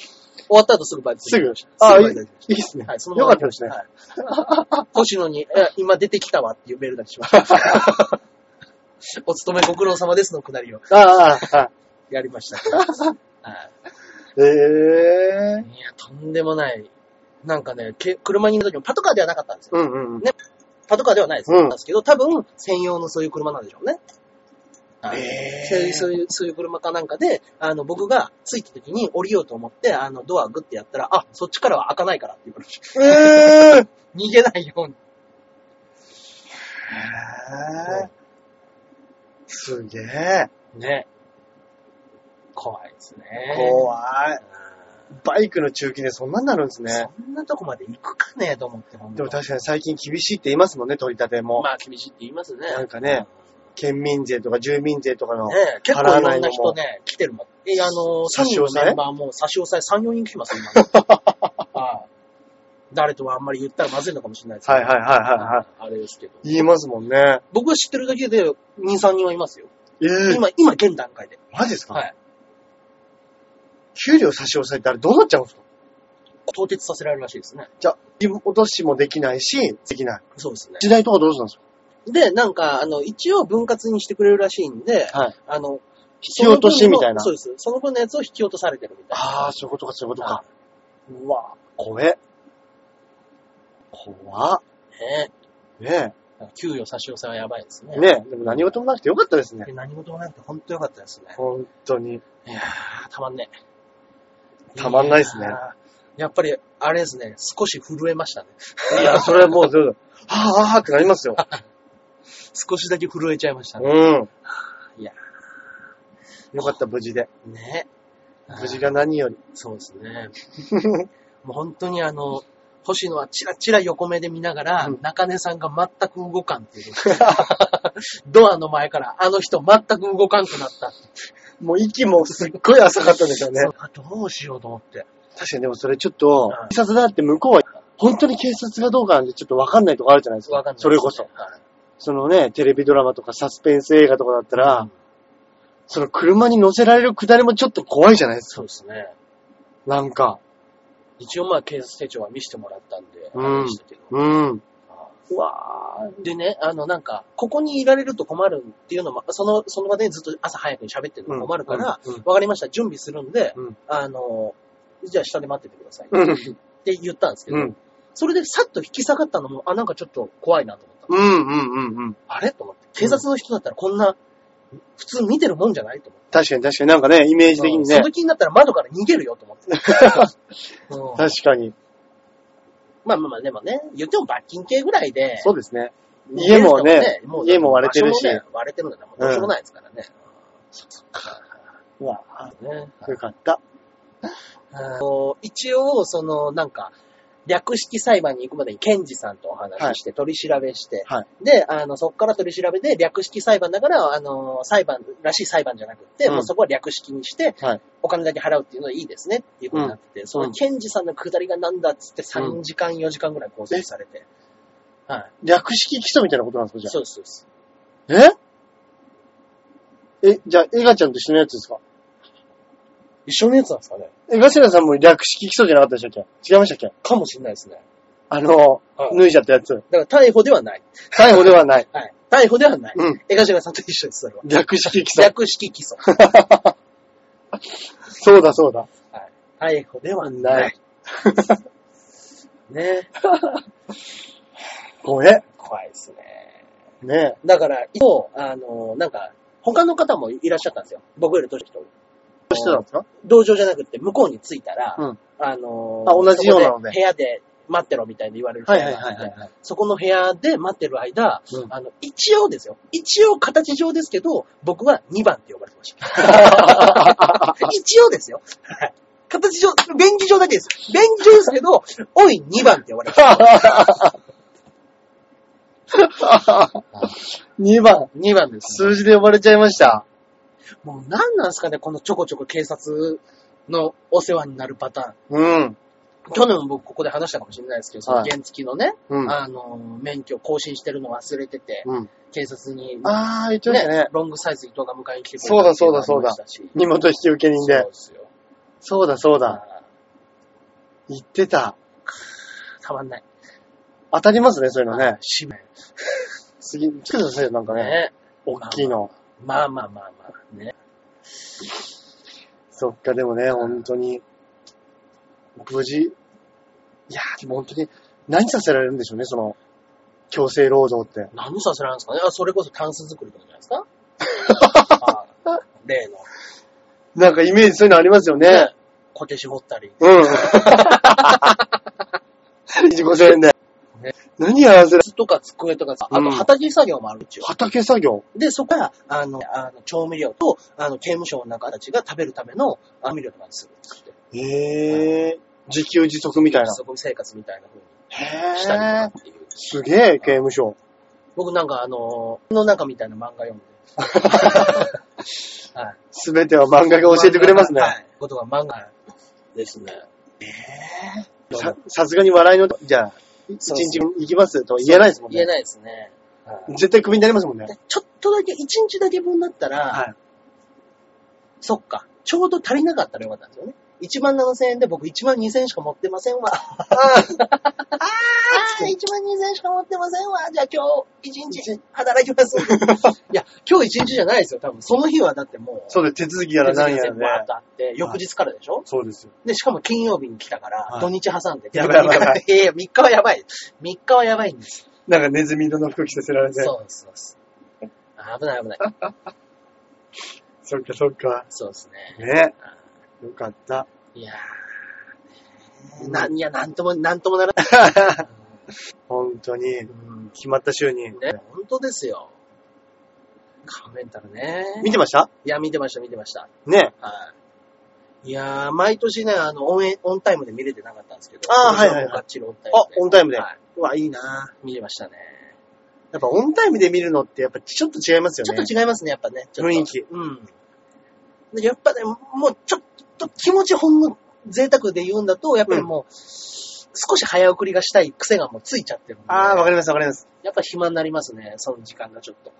Speaker 2: 終わった後すぐバイト
Speaker 1: すぐ。あ
Speaker 2: あ
Speaker 1: あ、
Speaker 2: あ、
Speaker 1: いいい
Speaker 2: い
Speaker 1: いっすね
Speaker 2: はい、そ。の
Speaker 1: よ
Speaker 2: ま
Speaker 1: かった
Speaker 2: ま
Speaker 1: ですね。
Speaker 2: はい 星野に、いや今出てきたわっていうメールだけしました。 お勤めご苦労様ですのくだりを
Speaker 1: ああああ、ああ。
Speaker 2: やりましたけど。はい
Speaker 1: ええー。
Speaker 2: いや、とんでもない。なんかね、け車に乗る時もパトカーではなかったんですよ。
Speaker 1: うんうんうん。
Speaker 2: パトカーではないです,、
Speaker 1: うん
Speaker 2: ん、ですけど、多分専用のそういう車なんでしょうね。はい
Speaker 1: え
Speaker 2: そういう、そういう、そういう車かなんかで、あの、僕が着いた時に降りようと思って、あの、ドアグッてやったら、あ、そっちからは開かないからって言われました。
Speaker 1: えー
Speaker 2: 逃げないように。
Speaker 1: へーすげえ。
Speaker 2: ね。怖いですね。
Speaker 1: 怖い。
Speaker 2: う
Speaker 1: バイクの中継でそんなんなるんです
Speaker 2: ん
Speaker 1: ね。
Speaker 2: そんなとこまで行くかねと思って、ほん
Speaker 1: でも
Speaker 2: と
Speaker 1: 確かに最近厳しいって言いますもんね、取り立ても。
Speaker 2: まあ、厳しいって言いますね。
Speaker 1: なんかね県民税とか住民税とか
Speaker 2: う
Speaker 1: の
Speaker 2: ん。。ね結構いろんな人ね、来てるもん。え、あの、
Speaker 1: 差
Speaker 2: サ
Speaker 1: し
Speaker 2: 人
Speaker 1: 押さえ
Speaker 2: のメンバーも差し押さえ3、4人来 ますよ、今はい誰とはあんまり言ったらまずいのかもしれないですけど
Speaker 1: はいはいはいはいはい。
Speaker 2: あれですけど。
Speaker 1: 言いますもんね。
Speaker 2: 僕が知ってるだけで2、3人はいますよ。
Speaker 1: ええ
Speaker 2: 今、今、現段階で。
Speaker 1: マジですか、
Speaker 2: はい。
Speaker 1: 給料差し押さえってあれどうなっちゃうんですか
Speaker 2: 凍結させられるらしいですね。
Speaker 1: じゃあ、落としもできないし、できない。
Speaker 2: そうですね。
Speaker 1: 時代とかどうするんです
Speaker 2: で、なんか、あの、一応分割にしてくれるらしいんで、
Speaker 1: かはい。
Speaker 2: あの、
Speaker 1: 引き落としみたいな
Speaker 2: その分のそうです。その分のやつを引き落とされてるみたいな。
Speaker 1: ああ、そういうことか、そういうことか
Speaker 2: は。
Speaker 1: うわ怖え。怖っ
Speaker 2: ね
Speaker 1: ね
Speaker 2: 給与差し押さえはやばいですね。
Speaker 1: え。ねえ。でも何事もなくてよかったですね
Speaker 2: で。何事もなくて本当良かったですね。
Speaker 1: 本当に。
Speaker 2: いやー、たまんね。
Speaker 1: たまんないですね
Speaker 2: やー。やっぱり、あれですね、少し震えましたね。
Speaker 1: いや、 それはもう、そうだああ、ああってなります よ。
Speaker 2: 少しだけ震えちゃいましたね。
Speaker 1: うん。
Speaker 2: いや
Speaker 1: よかった、無事で。
Speaker 2: ね。
Speaker 1: 無事が何より。
Speaker 2: そうですね。 もう本当にあの、星野はチラチラ横目で見ながら、
Speaker 1: うん
Speaker 2: 中根さんが全く動かんっていう。 ドアの前から、あの人全く動かんくなった。
Speaker 1: もう息もすっごい浅かったんでしょうね
Speaker 2: そ。うあどうしようと思って。
Speaker 1: 確かにでもそれちょっと
Speaker 2: うん、
Speaker 1: 警察だって向こうは、本当に警察がどうかなんてちょっとわかんないとこあるじゃないですか。
Speaker 2: わかんないですね
Speaker 1: それこそ。。そのね、テレビドラマとかサスペンス映画とかだったら、
Speaker 2: うん
Speaker 1: その車に乗せられるくだりもちょっと怖いじゃないです
Speaker 2: そうですね。
Speaker 1: か。なんか。
Speaker 2: 一応まあ警察手帳は見せてもらったんで、
Speaker 1: うん
Speaker 2: あれでしたけど。
Speaker 1: うん。
Speaker 2: うわーでね、あの、なんか、ここにいられると困るっていうのも、その、その場でずっと朝早くに喋ってるのも困るから、わ、
Speaker 1: うんうん
Speaker 2: かりました、準備するんで、
Speaker 1: うん
Speaker 2: あの、じゃあ下で待っててください。
Speaker 1: うん。
Speaker 2: って言ったんですけど、
Speaker 1: うん。
Speaker 2: それでさっと引き下がったのも、あ、なんかちょっと怖いなと思った。
Speaker 1: うん。うん。うん。
Speaker 2: あれと思って。警察の人だったらこんな、普通見てるもんじゃないと思って。
Speaker 1: 確かに確かになんかね、イメージ的に
Speaker 2: そ
Speaker 1: ね
Speaker 2: の。気になったら窓から逃げるよと思 って。うん
Speaker 1: 確かに。
Speaker 2: まあまあまあ、でもね、言っても罰金刑ぐらいで、
Speaker 1: そうですね。家もね家も割れてるし
Speaker 2: 場所もね割れてるんだからもうどうしようもないですからね。
Speaker 1: うわ、
Speaker 2: ね
Speaker 1: よかった。
Speaker 2: あの一応、その、なんか、略式裁判に行くまでに検事さんとお話しして、取り調べして、
Speaker 1: はい
Speaker 2: で、あの、そこから取り調べで、略式裁判だから、あの、裁判、らしい裁判じゃなくって、
Speaker 1: うん
Speaker 2: もうそこは略式にして、
Speaker 1: はい
Speaker 2: お金だけ払うっていうのはいいですねっていうことになってて、その検事さんの下りがなんだっつって3時間、4時間ぐらい拘束されて、はい。
Speaker 1: 略式基礎みたいなことなんですか、じゃあ
Speaker 2: そうです、そうです。
Speaker 1: ええ、じゃあ、エガちゃんと一緒のやつですか
Speaker 2: 一緒のやつなんですかね
Speaker 1: エガセラさんも略式基礎じゃなかったでしたっけ違いましたっけ
Speaker 2: かもしれないですね。
Speaker 1: あの、
Speaker 2: はい
Speaker 1: 脱いじゃったやつ。
Speaker 2: だから逮捕ではない。
Speaker 1: 逮捕ではない。
Speaker 2: はい。逮捕ではない。
Speaker 1: うん。
Speaker 2: 江頭さんと一緒です、それは。
Speaker 1: 略式基礎。
Speaker 2: 略式 起訴。
Speaker 1: そうだそうだ。
Speaker 2: 逮捕ではない。 ね。
Speaker 1: 怖え。
Speaker 2: 怖いですね。
Speaker 1: ね
Speaker 2: だから、一方、あの、なんか、他の方もいらっしゃったんですよ。僕より年の人。
Speaker 1: どうしてたんですか
Speaker 2: 同情じゃなくて、向こうに着いたら、
Speaker 1: うん
Speaker 2: あの、
Speaker 1: あ同じようなので
Speaker 2: そこ部屋で待ってろみたいに言われる人があって
Speaker 1: はい。
Speaker 2: そこの部屋で待ってる間、
Speaker 1: うん
Speaker 2: あの、一応ですよ。一応形上ですけど、僕は2番って呼ばれてま した。一応ですよ。はい形上、便宜上だけです。便宜上ですけど、おい2番って呼ばれてました。
Speaker 1: 2番、
Speaker 2: 2番です、
Speaker 1: 数字で呼ばれちゃいました。
Speaker 2: もう何なんですかね、このちょこちょこ警察のお世話になるパタ
Speaker 1: うん。
Speaker 2: ーン。去年も僕ここで話したかもしれないですけど、その
Speaker 1: はい
Speaker 2: 原付のね、
Speaker 1: うん。
Speaker 2: あの、免許更新してるの忘れてて、
Speaker 1: うん。
Speaker 2: 警察に、
Speaker 1: あー、言ってましたね。
Speaker 2: ロングサイズ伊藤が迎えに来てくれた
Speaker 1: そうだそうだそうだ
Speaker 2: っていう
Speaker 1: 荷
Speaker 2: のもありま
Speaker 1: 物引き受け人
Speaker 2: したし。
Speaker 1: で
Speaker 2: そう。ですよ。
Speaker 1: そうだそうだ。
Speaker 2: あ
Speaker 1: 言ってた。
Speaker 2: ーたまんない。
Speaker 1: 当たりますね、そういうのね。
Speaker 2: 締め。
Speaker 1: 次、来てくださいよ、なんかね。
Speaker 2: ね。
Speaker 1: 大きいの。
Speaker 2: まあまあまあまあ。ね。
Speaker 1: そっか、でもね、本当に。無事。いやー、でも本当に、何させられるんでしょうね、その、強制労働って。
Speaker 2: 何させられるんですかねあ、それこそタンス作りとかじゃないですかあ ー例の。
Speaker 1: なんかイメージそういうのありますよね。
Speaker 2: こけし掘ったり。
Speaker 1: うん。5000円で
Speaker 2: ね。
Speaker 1: 何やらせる
Speaker 2: 靴とか机とかさ、あ
Speaker 1: うん
Speaker 2: と畑作業もあるんですよ。
Speaker 1: 畑作業。
Speaker 2: で、そこは、あの、あの調味料と、あの、刑務所の中たちが食べるためのあ調味料とかにするっつって。
Speaker 1: へえ。自給自足みたいな。
Speaker 2: そこ生活みたいな風にしたりとか
Speaker 1: へえ。
Speaker 2: っていう。
Speaker 1: すげえ、刑務所。
Speaker 2: 僕なんかあの、の中みたいな漫画読 んで。はい。
Speaker 1: すべては漫画が教えてくれますね
Speaker 2: は。い。ことが漫画ですね。え
Speaker 1: ささすがに笑いの、じゃあ、一
Speaker 2: そう
Speaker 1: 日行きますとは言えないですもん
Speaker 2: 言え
Speaker 1: ね。
Speaker 2: ないですね。はい
Speaker 1: 絶対クビになりますもんね。
Speaker 2: でちょっとだけ、一日だけ分だったら、
Speaker 1: はい
Speaker 2: そっか、ちょうど足りなかったらよかったんですよね。1万7000円で僕1万2000円しか持ってませんわ。あーあー、1万2000円しか持ってませんわ。じゃあ今日一日働 きます。いや、今日一日じゃないですよ。多分その日はだってもう、
Speaker 1: そうです。手続きやらなんやらね
Speaker 2: わーっ。とあって、翌日からでしょ、
Speaker 1: そうですよ。
Speaker 2: で、しかも金曜日に来たから、
Speaker 1: はい
Speaker 2: 土日挟んで。
Speaker 1: やばいやばいやばい
Speaker 2: いやいや、3日はやばい。3日はやばいんです。
Speaker 1: なんかネズミ色の服着させられて。
Speaker 2: そうですそうです。危ない危ない。
Speaker 1: そっかそっか。
Speaker 2: そうですね。
Speaker 1: ね。よかった。
Speaker 2: いやー。な、いや、なんとも、なんともならない。
Speaker 1: 本当に
Speaker 2: う。ん、
Speaker 1: 決まった週に。
Speaker 2: ね、本当ですよ。カメンタルね。
Speaker 1: 見てました
Speaker 2: いや、見てました、見てました。
Speaker 1: ね。
Speaker 2: はい。いやー、毎年ね、あの、オンエオンタイムで見れてなかったんですけど。
Speaker 1: あーはいはいはい
Speaker 2: がっちりオンタイ
Speaker 1: あ
Speaker 2: ム、で。
Speaker 1: オンタイムで。
Speaker 2: は
Speaker 1: うわ、いいなぁ
Speaker 2: い、見れましたね。
Speaker 1: やっぱオンタイムで見るのってやっぱちょっと違いますよ
Speaker 2: ち
Speaker 1: ね。
Speaker 2: ょっと違いますね、やっぱね。ちょっと
Speaker 1: 雰囲気
Speaker 2: うん。でやっぱね、もうちょっと気持ちほんの贅沢で言うんだと、やっぱりもう、少し早送りがしたい癖がもうついちゃってるんで。
Speaker 1: ああ、わかりますわかります。
Speaker 2: やっぱ暇になりますね、その時間がちょっと。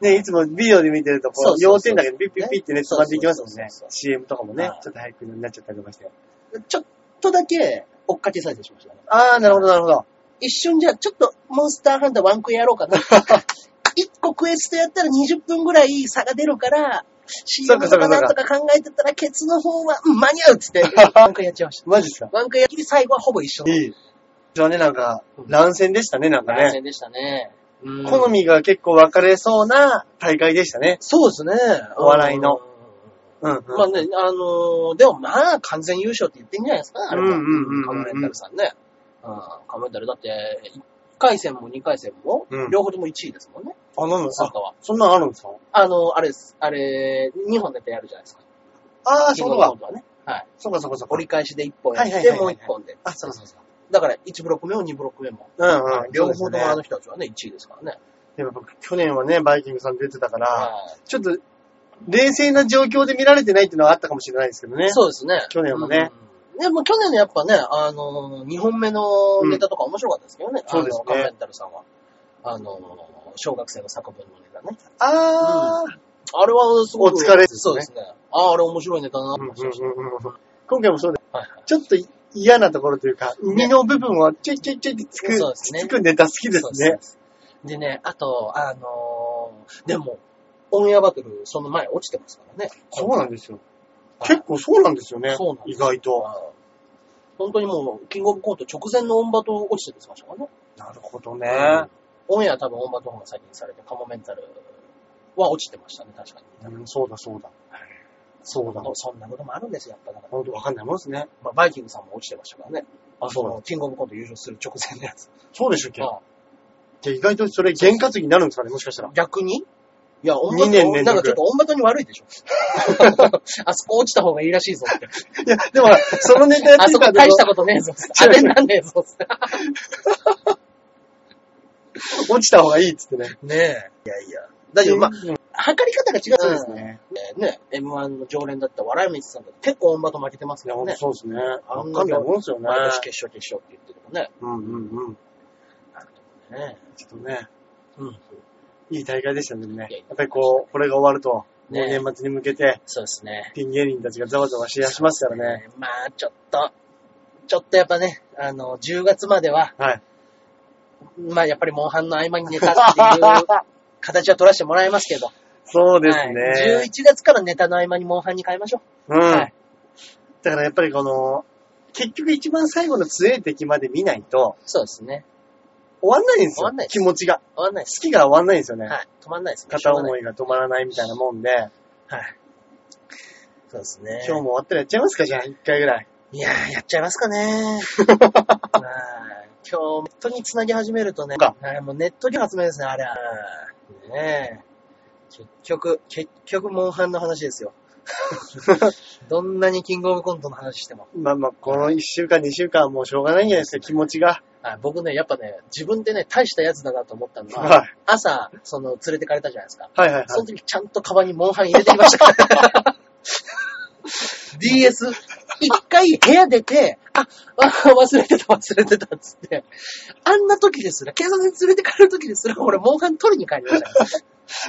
Speaker 1: ね、いつもビデオで見てると、
Speaker 2: そ
Speaker 1: こう、
Speaker 2: うそうそう
Speaker 1: 要点だけでピッピッピッってね、
Speaker 2: そ
Speaker 1: 止ま
Speaker 2: うそう
Speaker 1: っ
Speaker 2: そう
Speaker 1: ていきますもんね
Speaker 2: そうそうそ。う
Speaker 1: CM とかもね
Speaker 2: はい、
Speaker 1: ちょっと早くになっちゃったりとかして。
Speaker 2: ちょっとだけ追っかけされてしまいましたね。
Speaker 1: ああ、なるほどなるほど。
Speaker 2: 一瞬じゃ、ちょっとモンスターハンターワンクエやろうか な。一個クエストやったら20分ぐらい差が出るから、
Speaker 1: そっ
Speaker 2: CM
Speaker 1: かそ
Speaker 2: と
Speaker 1: っかそ
Speaker 2: か
Speaker 1: っか
Speaker 2: なんとか考えてたら、ケツの方は、うん、間に合うっつって、ワンクエやっちゃいました。
Speaker 1: マジですか
Speaker 2: ワンクエやり最後はほぼ一緒の
Speaker 1: いい。じゃあね、なんか、乱戦でしたね、なんか
Speaker 2: 乱
Speaker 1: ね。
Speaker 2: 戦でしたね。うん
Speaker 1: 好みが結構分かれそうな大会でしたね。
Speaker 2: そうですね。
Speaker 1: お笑いの
Speaker 2: うん。
Speaker 1: うん、うん。
Speaker 2: まあね、あのーでもまあ、完全優勝って言ってんじゃないですか、あれは。
Speaker 1: うんうんうんうん
Speaker 2: カムレンタルさんね。うん、カムレンタルだって、1回戦も2回戦も、
Speaker 1: うん
Speaker 2: 両方とも1位ですもんね、
Speaker 1: あ、なんだ、
Speaker 2: 参加は。
Speaker 1: そんなんあるんですか
Speaker 2: あの、あれです。あれ、2本ネタやるじゃないですか。
Speaker 1: ああ、
Speaker 2: 日
Speaker 1: そう
Speaker 2: 本の
Speaker 1: か
Speaker 2: こ。とはね。はい。
Speaker 1: そうかそうかそうか。
Speaker 2: 折り返しで1本やって、
Speaker 1: はいはいはいはい
Speaker 2: もう1本で。
Speaker 1: あ、そうそうそう。
Speaker 2: だから、1ブロック目も2ブロック目も。
Speaker 1: うんうん。
Speaker 2: 両
Speaker 1: で
Speaker 2: 方と
Speaker 1: す
Speaker 2: もあ
Speaker 1: ね
Speaker 2: の人たちはね、1位ですからね。
Speaker 1: でも僕、去年はね、バイキングさん出てたから、
Speaker 2: は
Speaker 1: ちょっと、冷静な状況で見られてないっていうのはあったかもしれないですけどね。
Speaker 2: い。そうですね。
Speaker 1: 去年はね
Speaker 2: うん。でも去年のやっぱね、あの、2本目のネタとか面白かったですけどね。
Speaker 1: うんそうですね
Speaker 2: あのカンメンタルさんは。あの、小学生の作文のネタね。
Speaker 1: あー、
Speaker 2: あれはすごく。
Speaker 1: お疲れですね
Speaker 2: そうですね。ああ、あれ面白いネタだなと
Speaker 1: うんう
Speaker 2: 思いましたし。
Speaker 1: んうんうん今回もそうで
Speaker 2: はい
Speaker 1: す。ちょっと嫌なところというか、海の部分をちょいちょいちょいってつく、
Speaker 2: そうですね
Speaker 1: つくネタ好きです
Speaker 2: そう
Speaker 1: ね。
Speaker 2: す。でね、あと、あのーでも、オンエアバトル、その前落ちてますからね。
Speaker 1: そうなんですよ。
Speaker 2: はい
Speaker 1: 結構そうなんですよね
Speaker 2: そうなん。で
Speaker 1: 意
Speaker 2: す
Speaker 1: 外と。
Speaker 2: はい本当にもう、キングオブコント直前のオンバト落ちてきましたからね。
Speaker 1: なるほどね。
Speaker 2: オンエア多分オンバトの方が先にされて、カモメンタルは落ちてましたね、確かに。
Speaker 1: うん、そうだそうだ。そうだ。
Speaker 2: そんなこともあるんですよ、やっぱだから。
Speaker 1: ほんとわかんないもんですね。
Speaker 2: まあ、バイキングさんも落ちてましたからね。
Speaker 1: あ、そうだ
Speaker 2: の。キングオブコント優勝する直前のやつ。
Speaker 1: そうでしょっけ
Speaker 2: ああ
Speaker 1: で意外とそれ、験担ぎになるんですかね、もしかしたら。
Speaker 2: 逆にいや、オンバ
Speaker 1: 二年連続
Speaker 2: ト、なんかちょっとオンバトに悪 いでしょ。あそこ落ちた方がいいらしいぞって。
Speaker 1: いや、 でも、そのネタやって
Speaker 2: あそこ
Speaker 1: た
Speaker 2: 大したことね えぞ。当てになんねえぞ。
Speaker 1: 落ちた方がいいっつってね。
Speaker 2: ねえ。いやいや。だけど、まあ、測り方が違う。
Speaker 1: そうです。ね。
Speaker 2: ね、M1 の常連だった笑い飯さんだって結構音場と負けてます
Speaker 1: い
Speaker 2: か
Speaker 1: や、
Speaker 2: ら
Speaker 1: ほんと
Speaker 2: ね。
Speaker 1: そうですね。
Speaker 2: あ
Speaker 1: あ
Speaker 2: ん
Speaker 1: ん
Speaker 2: な
Speaker 1: な
Speaker 2: に
Speaker 1: もんですよね。
Speaker 2: 毎年決勝決勝って言ってるもんね。
Speaker 1: うんうんうん。
Speaker 2: ね
Speaker 1: ちょっとね、
Speaker 2: うん。
Speaker 1: いい大会でしたんでね
Speaker 2: いやいや。
Speaker 1: やっぱりこう、これが終わると、もう
Speaker 2: ね
Speaker 1: 年末に向けて、
Speaker 2: そうですね。
Speaker 1: ピン芸人たちがざわざわしやしますからね。
Speaker 2: えーまあ、ちょっと、ちょっとやっぱね、あの、10月までは、
Speaker 1: はい。
Speaker 2: まあやっぱりモンハンの合間にネタっていう形は取らせてもらいますけど。
Speaker 1: そうです
Speaker 2: はい
Speaker 1: ね。
Speaker 2: 11月からネタの合間にモンハンに変えましょ
Speaker 1: うん。
Speaker 2: う。はい。
Speaker 1: だからやっぱりこの、結局一番最後の強い敵まで見ないと、
Speaker 2: そうですね。
Speaker 1: 終わんないんです
Speaker 2: 終わ
Speaker 1: よ
Speaker 2: んない。です
Speaker 1: 気持ちが。
Speaker 2: 終わんないで
Speaker 1: 好
Speaker 2: す。
Speaker 1: きが終わんないんですよね。
Speaker 2: はい。止まんないですね。
Speaker 1: 片思
Speaker 2: い。
Speaker 1: いが止まらないみたいなもんで、
Speaker 2: はい。そうですね。
Speaker 1: 今日も終わったらやっちゃいますかじゃあ、一回ぐらい。
Speaker 2: いやー、やっちゃいますかね。まあ今日、ネットに繋ぎ始めるとね、
Speaker 1: か
Speaker 2: はいもうネットに発明ですね、あれは。うんねえ。結局、結局、モンハンの話ですよ。どんなにキングオブコントの話しても。
Speaker 1: まあまあ、この一週間、二週間はもうしょうがないんじゃないですか、気持ちが。
Speaker 2: あ僕ね、やっぱね、自分でね、大したやつだなと思ったのは、
Speaker 1: はい。
Speaker 2: 朝、その、連れてかれたじゃないですか。
Speaker 1: はいはいはい
Speaker 2: そ。の時、ちゃんとカバンにモンハン入れてきました。DS、一回部屋出て、あ、あ忘れてた、忘れてた、つって。あんな時ですら、警察に連れてかれる時ですら、俺、モンハン取りに帰りましたか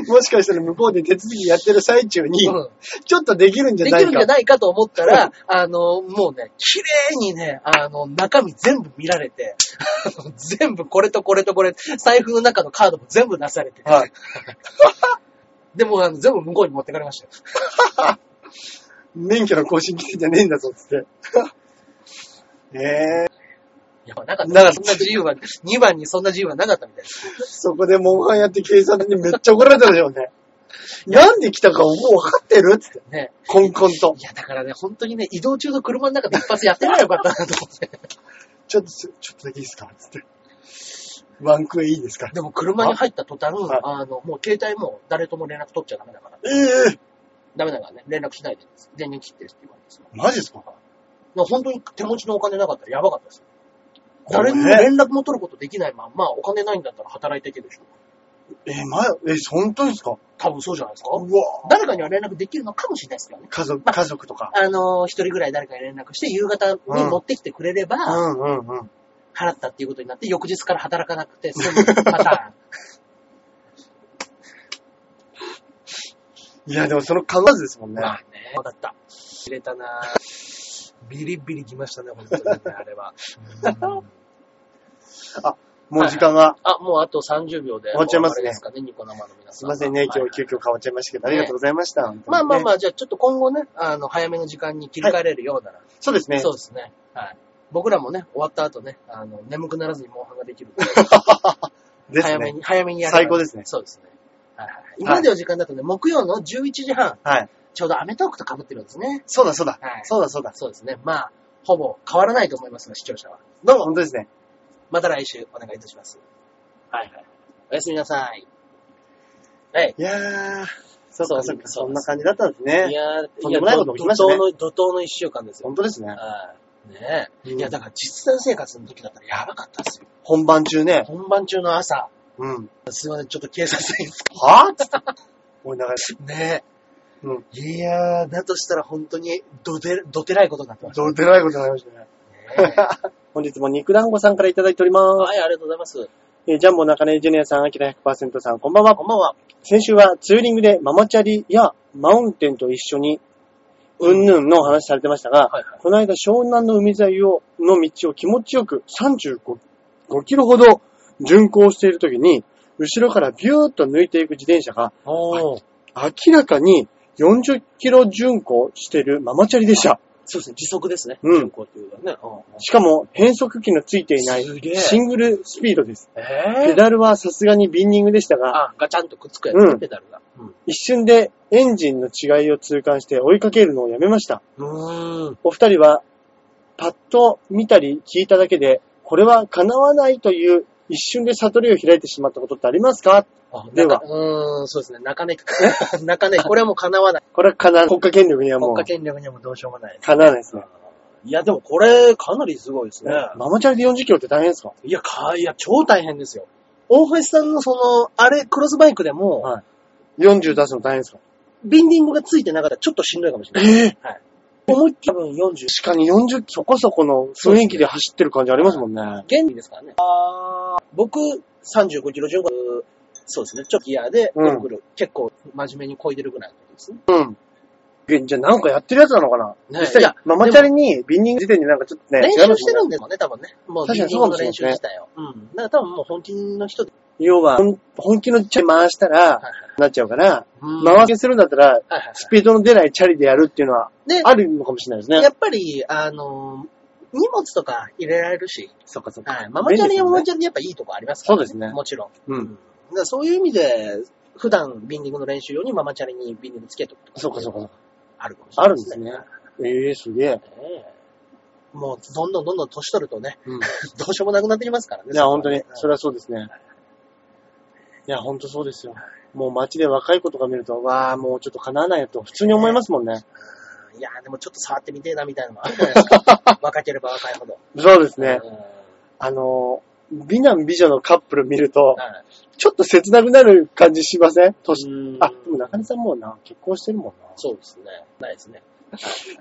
Speaker 1: もしかしたら向こうで手続きやってる最中に、
Speaker 2: ら。うん
Speaker 1: ちょっとできるんじゃ
Speaker 2: で
Speaker 1: な
Speaker 2: き
Speaker 1: い
Speaker 2: る
Speaker 1: か。
Speaker 2: んじゃないかと思ったら、あの、もうね、綺麗にね、あの、中身全部見られて、 あの全部これとこれとこれ、財布の中のカードも全部出されて、
Speaker 1: はい。
Speaker 2: でもあの全部向こうに持ってかれましたよ。
Speaker 1: 免許の更新来てんじゃねえんだぞ、つって。 ねえ
Speaker 2: やっぱなかった。
Speaker 1: なかった
Speaker 2: そんな自由は、2番にそんな自由はなかったみたいです。
Speaker 1: そこでモンハンやって警察にめっちゃ怒られたでしょうね。なんで来たかもう分かってるつって。
Speaker 2: ね。
Speaker 1: コンコンと。
Speaker 2: いや、だからね、本当にね、移動中の車の中で一発やってみればよかったなと思 って。
Speaker 1: ちょっと、ちょちょっとだけいいですかつって。ワンクエいいですか
Speaker 2: でも車に入った途端、
Speaker 1: はい
Speaker 2: あの、もう携帯も誰とも連絡取っちゃダメだから。
Speaker 1: ええ
Speaker 2: ダメだからね、連絡しないで、電源切ってるって言われてさ。
Speaker 1: マジですか
Speaker 2: だから本当に手持ちのお金なかったらやばかったですよ。誰にも
Speaker 1: これね
Speaker 2: 連絡も取ることできないまんま、お金ないんだったら働いていけるでしょ。
Speaker 1: え、ま、え、本当ですか
Speaker 2: 多分そうじゃないですか。
Speaker 1: うわ
Speaker 2: 誰かには連絡できるのかもしれないですけどね。
Speaker 1: 家族、
Speaker 2: ま
Speaker 1: 家族とか。
Speaker 2: あの、一人ぐらい誰かに連絡して、夕方に持ってきてくれれば、
Speaker 1: うんうんうん。
Speaker 2: 払ったっていうことになって、翌日から働かなくて済むパタ
Speaker 1: いや、でもその数ですもん
Speaker 2: ーン。
Speaker 1: ね。
Speaker 2: まあね。わかった。知れたなぁビリビリきましたね、本 当にね、あれは。うん
Speaker 1: もう時間が。
Speaker 2: あ、もうあと30秒で。
Speaker 1: 終わっちゃいますね
Speaker 2: あれですかね、ニコ生の皆さん。
Speaker 1: すいませんね、今日急
Speaker 2: はい
Speaker 1: 遽変わっちゃいましたけど、ありがとうございました。
Speaker 2: まあまあま
Speaker 1: あ。
Speaker 2: あ、じゃあちょっと今後ね、あの、早めの時間に切り替えれるようなら。
Speaker 1: そうですね。
Speaker 2: そうですね。はい。僕らもね、終わった後ね、あの、眠くならずにモンハンができる。
Speaker 1: です
Speaker 2: 早め
Speaker 1: ね。
Speaker 2: に、早めにやる。
Speaker 1: 最高ですね
Speaker 2: そうですね。はいはい。今までの時間だとね、木曜の11時半、
Speaker 1: はい。
Speaker 2: ちょうどアメトークと被ってるんですね。
Speaker 1: そうだそうだ。
Speaker 2: はい
Speaker 1: そうだそうだ。
Speaker 2: そうですね。まあ、ほぼ変わらないと思いますが、視聴者は。
Speaker 1: どうも。本当ですね。
Speaker 2: また来週お願いいたします。はいはい。おやすみなさい。はい。
Speaker 1: いやー、そう
Speaker 2: そう
Speaker 1: かそうか、
Speaker 2: そ
Speaker 1: そうん
Speaker 2: です
Speaker 1: な感じだったんですね。
Speaker 2: やー、
Speaker 1: とんでもないこと起きましたね
Speaker 2: 怒涛の、怒涛の一週間ですよ。
Speaker 1: 本当ですね。
Speaker 2: はい。ねえ。
Speaker 1: うん
Speaker 2: いや、だから実践生活の時だったらやばかったですよ。
Speaker 1: 本番中ね。
Speaker 2: 本番中の朝、
Speaker 1: うん。
Speaker 2: すいません、ちょっと警察に。
Speaker 1: はぁつって。思いながら、
Speaker 2: ねえ。
Speaker 1: うん
Speaker 2: いやー、だとしたら本当に、どて、どてらいことになっ てました
Speaker 1: どうでないことになりましたね。
Speaker 2: ね。
Speaker 1: 本日も肉団子さんからいただいておりま
Speaker 2: はい、ありがとうございます。
Speaker 1: す。えージャンボ中根ジュニアさん、アキラ100%さん、こんばんは。
Speaker 2: こんばんは。
Speaker 1: 先週はツーリングでママチャリやマウンテンと一緒に、うんぬんのお話されてましたが、
Speaker 2: はいはい
Speaker 1: この間湘南の海沿いを、の道を気持ちよく35 5キロほど巡航しているときに、後ろからビューッと抜いていく自転車が、
Speaker 2: おー。
Speaker 1: 明らかに40キロ巡航しているママチャリでした。
Speaker 2: そうですね、時速ですね。
Speaker 1: うん
Speaker 2: 巡航っていうかね。うんうん
Speaker 1: しかも変速機のついていない
Speaker 2: すげえ
Speaker 1: シングルスピードです。
Speaker 2: え
Speaker 1: ペダルはさすがにビンニングでしたが、
Speaker 2: あ、ガチャンとくっつくやつ、
Speaker 1: うん
Speaker 2: ペダルが。うん。
Speaker 1: 一瞬でエンジンの違いを痛感して追いかけるのをやめました。
Speaker 2: うーん。
Speaker 1: お二人は、パッと見たり聞いただけで、これは叶わないという一瞬で悟りを開いてしまったことってありますか
Speaker 2: あ
Speaker 1: では
Speaker 2: 中うーん、そうですね。中 根、中根、これはもう叶 わない。
Speaker 1: これは叶わない。国家権力にはも
Speaker 2: 国
Speaker 1: う
Speaker 2: 家権力にはもうどうしようもないです。
Speaker 1: 叶わないですね。
Speaker 2: いや、でもこれ、かなりすごいですね。
Speaker 1: ママチャリで40キロって大変ですか
Speaker 2: いや、か、いや、超大変ですよ。大橋さんのその、あれ、クロスバイクでも、
Speaker 1: はい40出すの大変ですか
Speaker 2: ビンディングがついてなかったらちょっとしんどいかもしれない。
Speaker 1: ええ
Speaker 2: 思いっきり多分40。
Speaker 1: 確かに40そこそこの雰囲気で走ってる感じありますもんね。
Speaker 2: 原理ですからね。僕、35キロ15、そうですね。ちょっとギアで、ぐ
Speaker 1: うん
Speaker 2: るぐる、結構真面目に漕いでるぐらいのことですね。
Speaker 1: うん。えじゃあなんかやってるやつなのかな
Speaker 2: ね
Speaker 1: 実際
Speaker 2: いや、
Speaker 1: ママチャリにビンニング時点でなんかちょっとね、
Speaker 2: 練
Speaker 1: 違い
Speaker 2: 習
Speaker 1: ま
Speaker 2: し
Speaker 1: す
Speaker 2: て
Speaker 1: もんね
Speaker 2: るんですもんね、多分ね。もう、ビ
Speaker 1: 確か
Speaker 2: ンデ
Speaker 1: に
Speaker 2: ィン
Speaker 1: そう
Speaker 2: グ
Speaker 1: で
Speaker 2: の
Speaker 1: しょうね
Speaker 2: 練習自体を。うん。だから多分もう本気の人で。
Speaker 1: 要は、ほん本気のチャリ回したら
Speaker 2: は、い
Speaker 1: なっちゃうから、
Speaker 2: はい
Speaker 1: 回しするんだったら、
Speaker 2: はいはい
Speaker 1: スピードの出ないチャリでやるっていうのは、
Speaker 2: で、
Speaker 1: あるのかもしれないですね
Speaker 2: や。っぱり、あの、荷物とか入れられるし、
Speaker 1: そっかそっか。
Speaker 2: はい。ママチャリは
Speaker 1: 便利ですね
Speaker 2: ママチャリでやっぱいいとこありますから、
Speaker 1: そうですね
Speaker 2: もちろん。
Speaker 1: う。
Speaker 2: うんん。だからそういう意味で、普段ビンディングの練習用にママチャリにビンディングつけとくとか。
Speaker 1: そうかそうか。
Speaker 2: あるかもし
Speaker 1: あ
Speaker 2: れな
Speaker 1: る
Speaker 2: い
Speaker 1: んですね。ええすげえ。
Speaker 2: ねえもう、どんどんどんどん年取るとね、
Speaker 1: うん。
Speaker 2: どうしようもなくなってきますからね。
Speaker 1: いや、本当に、それ
Speaker 2: は
Speaker 1: はそうですね。いや、本当そうですよ。もう街で若い子とか見ると、わあ、もうちょっと叶わないよと普通に思いますもんね。
Speaker 2: い。いや、でもちょっと触ってみてえなみたいなのもあるじゃないです か。若ければ若いほど。
Speaker 1: そうですね
Speaker 2: う。ん
Speaker 1: あの、美男美女のカップル見ると、
Speaker 2: はい
Speaker 1: ちょっと切なくなる感じしません年。
Speaker 2: うん
Speaker 1: あ、でも中根さんもうな、結婚してるもんな。
Speaker 2: そうですね。ないですね。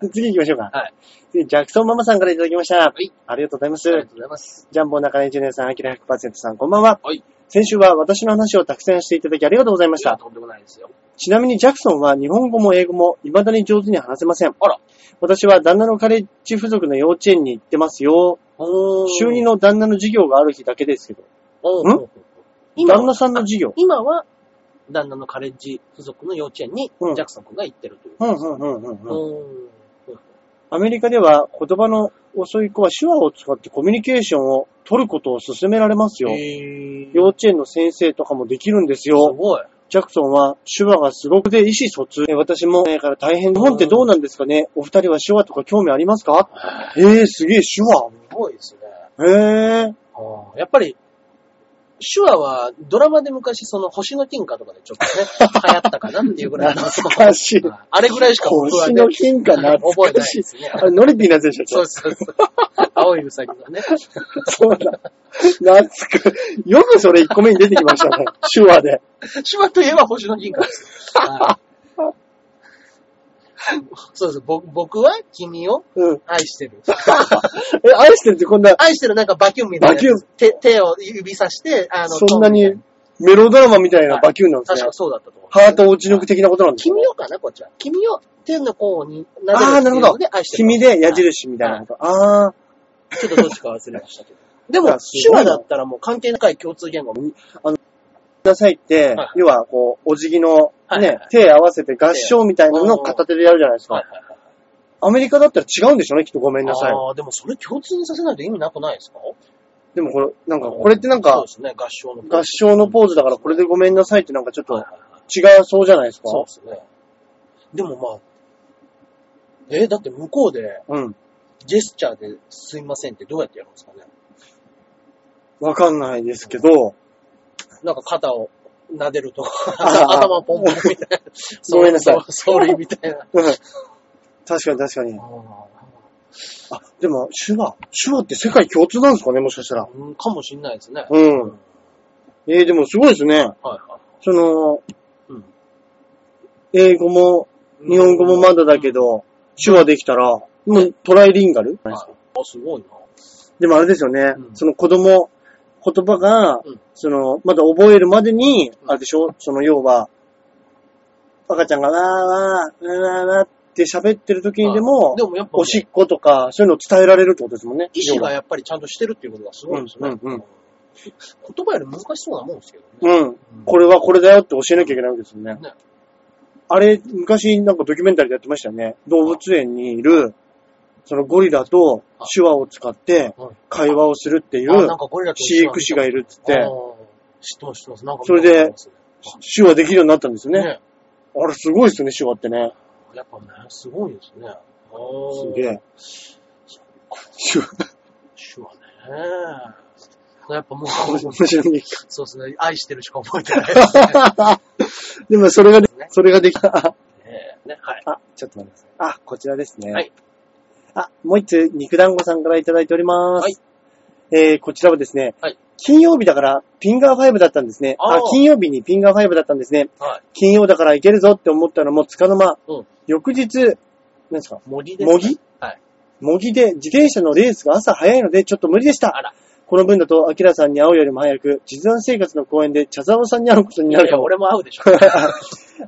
Speaker 1: で次行きましょうか。
Speaker 2: はい。。
Speaker 1: 次、ジャクソンママさんからいただきました。はいありがとうございま
Speaker 2: あ
Speaker 1: す。
Speaker 2: りがとうございます。
Speaker 1: ジャンボ中根一年さん、アキラ100%さん、こんばんは。
Speaker 2: はい。
Speaker 1: 先週は私の話をたくさんしていただきありがとうございまし
Speaker 2: いや
Speaker 1: た。
Speaker 2: とんでもないですよ。
Speaker 1: ちなみにジャクソンは日本語も英語も未だに上手に話せません。
Speaker 2: あら。
Speaker 1: 私は旦那のカレッジ付属の幼稚園に行ってますよ。週2
Speaker 2: の、
Speaker 1: の旦那の授業がある日だけですけど。
Speaker 2: うん
Speaker 1: 旦那さんの授業。
Speaker 2: 今は、旦那のカレッジ付属の幼稚園に、
Speaker 1: うん
Speaker 2: ジャクソン君が行ってるという。
Speaker 1: うんうんうんうんうん。
Speaker 2: うん
Speaker 1: アメリカでは言葉の遅い子は手話を使ってコミュニケーションを取ることを勧められますよ。
Speaker 2: へ
Speaker 1: 幼稚園の先生とかもできるんです
Speaker 2: す
Speaker 1: よ。
Speaker 2: ごい。
Speaker 1: ジャクソンは手話がすごくで意思疎通。え私も、えーから大変。日本ってどうなんですかねお二人は手話とか興味ありますか えー、すげえ、手話。
Speaker 2: すごいですね。
Speaker 1: えー、
Speaker 2: あーやっぱり、手話はドラマで昔その星の金貨とかでちょっ とね、流行ったかなっていうぐらいの。
Speaker 1: 懐かしい。
Speaker 2: あれぐらいしか僕は
Speaker 1: 腰
Speaker 2: ね
Speaker 1: の、金貨懐
Speaker 2: 覚え
Speaker 1: か
Speaker 2: てない
Speaker 1: し
Speaker 2: で
Speaker 1: い。
Speaker 2: すね。
Speaker 1: あれ、ノリピーなやつでした
Speaker 2: そ
Speaker 1: っ
Speaker 2: う
Speaker 1: け
Speaker 2: そうそう。青いウサギがね。
Speaker 1: そうだ。懐か、よくそれ1個目に出てきま したね。手話で。
Speaker 2: 手話といえば星の銀河です。はいそうそう、ぼ僕は君を
Speaker 1: うん。
Speaker 2: 愛してる。
Speaker 1: え、愛してるってこんな、
Speaker 2: 愛してるなんかバキュンみたいな。
Speaker 1: バキュン
Speaker 2: 手手を指さして、あの、
Speaker 1: そんなに
Speaker 2: トンみ
Speaker 1: メロドラマみたいなバキュンなんで
Speaker 2: たいな
Speaker 1: すね
Speaker 2: 確か。そうだったと思う。
Speaker 1: ハート落ち抜く的なことなんですね
Speaker 2: 君。をかな、こっちは。君を手の甲にな
Speaker 1: ああ、なるほど
Speaker 2: で愛。してる。
Speaker 1: 君で矢印みたいなこと。ああ。
Speaker 2: ちょっとどっちか忘れまし たけど。でも、
Speaker 1: あす
Speaker 2: 手
Speaker 1: ごい
Speaker 2: 話
Speaker 1: な
Speaker 2: だったらもう関係ない共通言語も。
Speaker 1: なさいって
Speaker 2: はい、
Speaker 1: 要はこう、お辞儀の
Speaker 2: はいはい
Speaker 1: ね
Speaker 2: は、
Speaker 1: 手合わせて合唱みたいなのを片手でやるじゃないですか。
Speaker 2: はいはい。
Speaker 1: アメリカだったら違うんでしょうね、きっとごめんなさい。
Speaker 2: ああ、でもそれ共通にさせないと意味なくないですか
Speaker 1: でもこれ、なんか、これってなんか
Speaker 2: そう、ですね、合唱の。
Speaker 1: 合唱のポーズだからこれでごめんなさいってなんかちょっ
Speaker 2: はい
Speaker 1: と
Speaker 2: はいはい
Speaker 1: 違うそうじゃないですか。
Speaker 2: そうですね。でもまあ、えーだって向こうで
Speaker 1: うん。
Speaker 2: ジェスチャーですいませんってどうやってやるんですかね
Speaker 1: わかんないですけど、
Speaker 2: なんか肩を撫でるとか、
Speaker 1: あー
Speaker 2: 頭をポンポンみたいな。
Speaker 1: ごめんなさい
Speaker 2: ソーリーみたいな。
Speaker 1: うん確かに確かに。あ、でも手話、手話って世界共通なんですかね、もしかしたら。
Speaker 2: うんかもしんないですね。
Speaker 1: うん
Speaker 2: は
Speaker 1: え
Speaker 2: い
Speaker 1: ー、でもすごいですね。
Speaker 2: は
Speaker 1: その、
Speaker 2: うん
Speaker 1: 英語も
Speaker 2: い。
Speaker 1: 日本語もまだだけ
Speaker 2: ど。
Speaker 1: ど、手話できたら、もうトライリンガル、
Speaker 2: はいあ、すごいな。
Speaker 1: でもあれですよね、
Speaker 2: うん
Speaker 1: その子供、言葉が、
Speaker 2: うん
Speaker 1: その、まだ覚えるまでに、
Speaker 2: うん
Speaker 1: あれでしょその要は、赤ちゃんがわーわー、わーわーって喋ってる時にでも、
Speaker 2: でもやっぱ、
Speaker 1: おしっことか、そういうのを伝えられるってことですもんね。
Speaker 2: 意志
Speaker 1: 要
Speaker 2: が
Speaker 1: は
Speaker 2: やっぱりちゃんとしてるっていうことがすごいですね。
Speaker 1: うんうんうん
Speaker 2: 言葉より難しそうなもんですけどね。
Speaker 1: うん。
Speaker 2: うん
Speaker 1: これはこれだよって教えなきゃいけないわけですよね。
Speaker 2: ね
Speaker 1: あれ、昔なんかドキュメンタリーでやってましたよね。動物園にいる、そのゴリラと手話を使って
Speaker 2: はい
Speaker 1: 会話をするってい
Speaker 2: あなん
Speaker 1: う
Speaker 2: かゴリラと
Speaker 1: 飼
Speaker 2: 一緒なんだ
Speaker 1: 育士がいるっつって
Speaker 2: あ、ー知ってます、知ってます。なんか
Speaker 1: それで
Speaker 2: 見たこと
Speaker 1: 手話できるようになったんです
Speaker 2: ありますね
Speaker 1: よね。あれすごいですね、手話ってね。
Speaker 2: やっぱね、すごいですね。あ
Speaker 1: す
Speaker 2: ー
Speaker 1: げえ。手話、
Speaker 2: 手話ね。やっぱもう、
Speaker 1: 面白い。
Speaker 2: そうですね、愛してるしか覚えてないです ね。
Speaker 1: でもそれがで、それができた。
Speaker 2: ねねはい。
Speaker 1: あ、ちょっと待ってください。あ、こちらですね。
Speaker 2: はい。
Speaker 1: あ、もう一つ、肉団子さんからいただいております。
Speaker 2: はい。
Speaker 1: えー、こちらはですね、
Speaker 2: はい
Speaker 1: 金曜日だから、ピンガー5だったんですね。
Speaker 2: あ
Speaker 1: あ
Speaker 2: ー
Speaker 1: 金曜日にピンガー5だったんですね。
Speaker 2: はい。
Speaker 1: 金曜だからいけるぞって思ったのも、つかの間、
Speaker 2: うん
Speaker 1: 翌日、何ですか、
Speaker 2: 模擬です。
Speaker 1: 模擬
Speaker 2: はい。
Speaker 1: 模擬で自転車のレースが朝早いのでちょっと無理でした。
Speaker 2: あら
Speaker 1: この分だと、アキラさんに会うよりも早く、実談生活の公演で茶沢さんに会うことに
Speaker 2: い
Speaker 1: な
Speaker 2: やい
Speaker 1: るか
Speaker 2: や、
Speaker 1: も。
Speaker 2: 俺も合うでし ょ。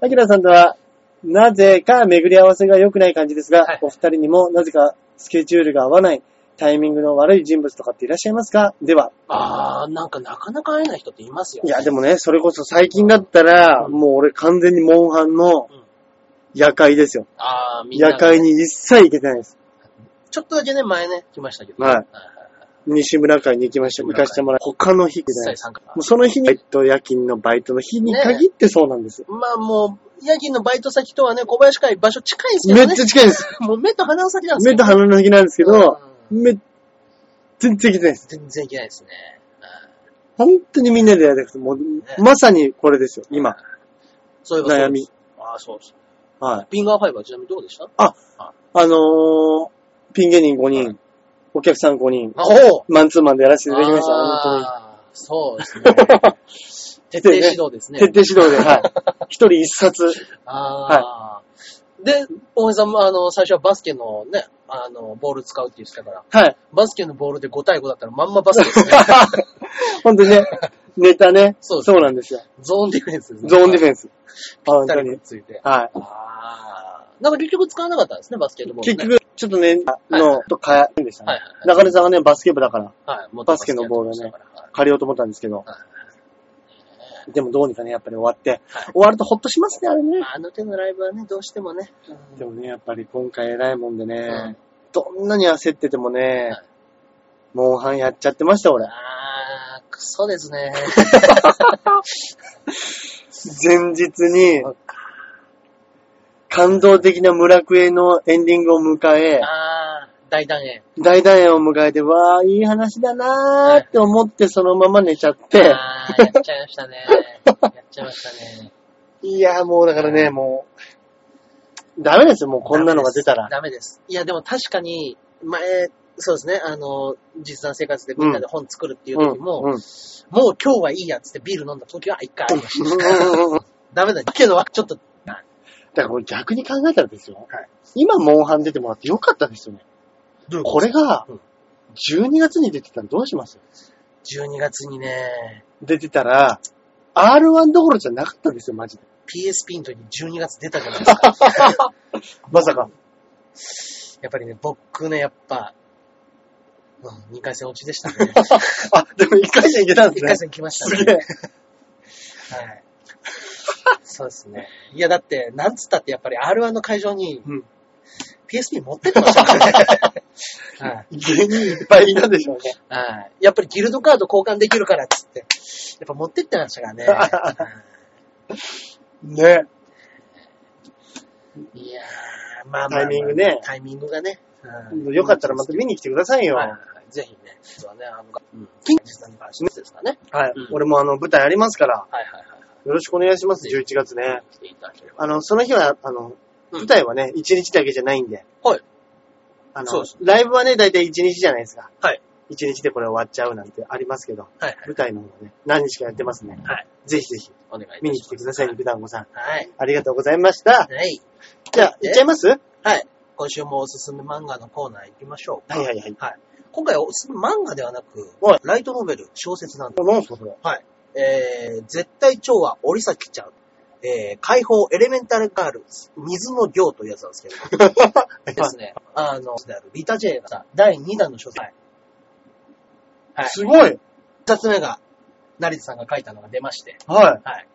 Speaker 1: アキラさんとは、なぜか巡り合わせが良くない感じですが、
Speaker 2: はい
Speaker 1: お二人にもなぜかスケジュールが合わない、タイミングの悪い人物とかっていらっしゃいますかでは、
Speaker 2: あー、なんかなかなか会えない人っていますよ
Speaker 1: い
Speaker 2: ね。
Speaker 1: やでもね、それこそ最近だったら、
Speaker 2: うん
Speaker 1: もう俺完全にモンハンの
Speaker 2: うん
Speaker 1: 夜会ですよ。
Speaker 2: あー、みんな
Speaker 1: 夜会に一切行けてないです。
Speaker 2: ちょっとだけね、前ね、来ましたけど。
Speaker 1: はい
Speaker 2: いはい。
Speaker 1: 西村会に行きました。行
Speaker 2: 西村会
Speaker 1: かしてもらう。他の日く
Speaker 2: 一
Speaker 1: らい
Speaker 2: 切。参加が
Speaker 1: もうその日に、えっと、夜勤のバイトの日に限ってそうなんですよ。
Speaker 2: まあもう、夜勤のバイト先とはね、小林会場所近いですけ
Speaker 1: め
Speaker 2: ど
Speaker 1: っ
Speaker 2: ね
Speaker 1: ち。ゃ近いんです。
Speaker 2: もう目と鼻の先なんです
Speaker 1: 目と鼻の先なんですけど、
Speaker 2: うん
Speaker 1: めっ、全然行けてないです。
Speaker 2: 全然いけないですね。
Speaker 1: 本当にみんなでやる。もう、まさにこれですよ、今。
Speaker 2: そういえば
Speaker 1: 悩み。。
Speaker 2: ああ、そうです。
Speaker 1: はい。
Speaker 2: ピンガーファイブはちなみにどうでした
Speaker 1: あのー、ピン芸人5人、
Speaker 2: はい
Speaker 1: お客さん5人、
Speaker 2: おお
Speaker 1: マンツーマンでやらせていただきました。本当に。
Speaker 2: ああ、そうで すね。徹底指導ですね。
Speaker 1: 徹底指導で、はい。 一人一冊。
Speaker 2: ああ。で、大江さんも、あの、最初はバスケのね、あの、ボール使うって言ってたから、
Speaker 1: はい。
Speaker 2: バスケのボールで5対5だったらまんまバスケですね。
Speaker 1: 本当にね、ネタね。
Speaker 2: そうです
Speaker 1: なんですよ。
Speaker 2: ゾーンディフェンスですね。
Speaker 1: ゾーンディフ
Speaker 2: ェン
Speaker 1: ェンス。あ本
Speaker 2: ぴった
Speaker 1: 当
Speaker 2: りく
Speaker 1: に
Speaker 2: っ。ついて。
Speaker 1: は
Speaker 2: ああ。なんか結局使わなかったんですね、バスケットボ
Speaker 1: い。
Speaker 2: ール、
Speaker 1: 結
Speaker 2: ね。。
Speaker 1: 局、ちょっとね、
Speaker 2: はいは
Speaker 1: の
Speaker 2: い、
Speaker 1: と変えるんでした
Speaker 2: はい
Speaker 1: ね。
Speaker 2: はいはい。
Speaker 1: 中根さんがね、バスケ部だから
Speaker 2: はい、もっと
Speaker 1: バスケのボールね
Speaker 2: バスケやってましたから。
Speaker 1: 借りようと思ったんですけど
Speaker 2: は、
Speaker 1: でもどうにかね、やっぱり終わって、終わるとほっとしますね、あれね。
Speaker 2: はいあの手のライブはね、どうしてもね。うん
Speaker 1: でもね、やっぱり今回偉いもんで
Speaker 2: うん
Speaker 1: ね、どんなに焦っててもね
Speaker 2: はい、
Speaker 1: モンハンやっちゃってました、俺。
Speaker 2: あー、クソですね。
Speaker 1: 前日に
Speaker 2: そう、
Speaker 1: 感動的な村クエのエンディングを迎え、
Speaker 2: あー、大団円。
Speaker 1: 大団円を迎えて、わあ、いい話だなーって思ってそのまま寝ちゃって、
Speaker 2: あー、やっちゃいました ね。やっちゃいましたね。
Speaker 1: いやーもうだからね、もう、ダメですよ、もうこんなのが出たら。
Speaker 2: ダメです。いや、でも確かに、前、そうですね、あの、実際生活でみんなで本作るっていう時も、
Speaker 1: うんうん
Speaker 2: もう今日はいいやっつってビール飲んだ時は一回ありました。
Speaker 1: だ
Speaker 2: ダメだけど、ちょっと、
Speaker 1: からこれ逆に考えたらですよ。今、モンハン出てもらってよかったですよね。これが
Speaker 2: うん、
Speaker 1: 12月に出てたらどうします
Speaker 2: 12月にね、
Speaker 1: 出てたら、R1 どころじゃなかったんですよ、マジで。
Speaker 2: PSP の時に12月出たじゃないで すか。
Speaker 1: まさか。
Speaker 2: やっぱりね、僕ね、やっぱ、うん、2回戦落ちでした ね。
Speaker 1: あ、でも1回戦いけたんです
Speaker 2: 1回
Speaker 1: ね。
Speaker 2: 戦来ました
Speaker 1: す
Speaker 2: ね。
Speaker 1: げえ。
Speaker 2: はい。そうですね。いや、だって、なんつったってやっぱり R1 の会場に
Speaker 1: うん、
Speaker 2: PSP 持ってってまし たからね。はい
Speaker 1: 芸人いっぱいいたでしょうね。
Speaker 2: はい。やっぱりギルドカード交換できるからっつって、やっぱ持ってってまし たからね。
Speaker 1: ね。
Speaker 2: はいいやー、まあまあまあ
Speaker 1: タイミングね
Speaker 2: タイミングがね。うん
Speaker 1: よかったらまた見に来てくださいよ。
Speaker 2: はいはいはいぜひね、実はね、あの、うん、近日に関してですかね。
Speaker 1: はい
Speaker 2: うん
Speaker 1: 俺もあの、舞台ありますから、
Speaker 2: はいはいはい。
Speaker 1: よろしくお願いします、
Speaker 2: ぜ
Speaker 1: 11月ね。
Speaker 2: 来ていただければ。
Speaker 1: あの、その日は、あの、
Speaker 2: うん
Speaker 1: 舞台はね、1日だけじゃないんで。
Speaker 2: はい。
Speaker 1: あ
Speaker 2: そう
Speaker 1: の
Speaker 2: です、
Speaker 1: ライブはね、だいたい1日じゃないですか。
Speaker 2: はい。
Speaker 1: 1日でこれ終わっちゃうなんてありますけど、
Speaker 2: はいはい。
Speaker 1: 舞台の方はね、何日かやってますね。
Speaker 2: はい。
Speaker 1: ぜひぜひ、
Speaker 2: お願いいたします。
Speaker 1: 見に来てください、肉団子さん。
Speaker 2: はい。
Speaker 1: ありがとうございました。
Speaker 2: はい。
Speaker 1: じゃあ、
Speaker 2: え
Speaker 1: 行っちゃいますはい
Speaker 2: はい。今週もおすすめ漫画のコーナー行きましょうか。
Speaker 1: はいはい。
Speaker 2: 今回はおすすめ漫画ではなく
Speaker 1: はい、
Speaker 2: ライトノベル、小説なんで
Speaker 1: 何ですか、それ。
Speaker 2: す。えー、絶対蝶は織崎ちゃん。えー、解放エレメンタルガールズ、水の行というやつなんですけど、 ですね。あの、であるリタ・ジェイがさ第2弾の小説。はい。はい
Speaker 1: すごい
Speaker 2: 2つ目が、成田さんが書いたのが出まして、
Speaker 1: は
Speaker 2: はい。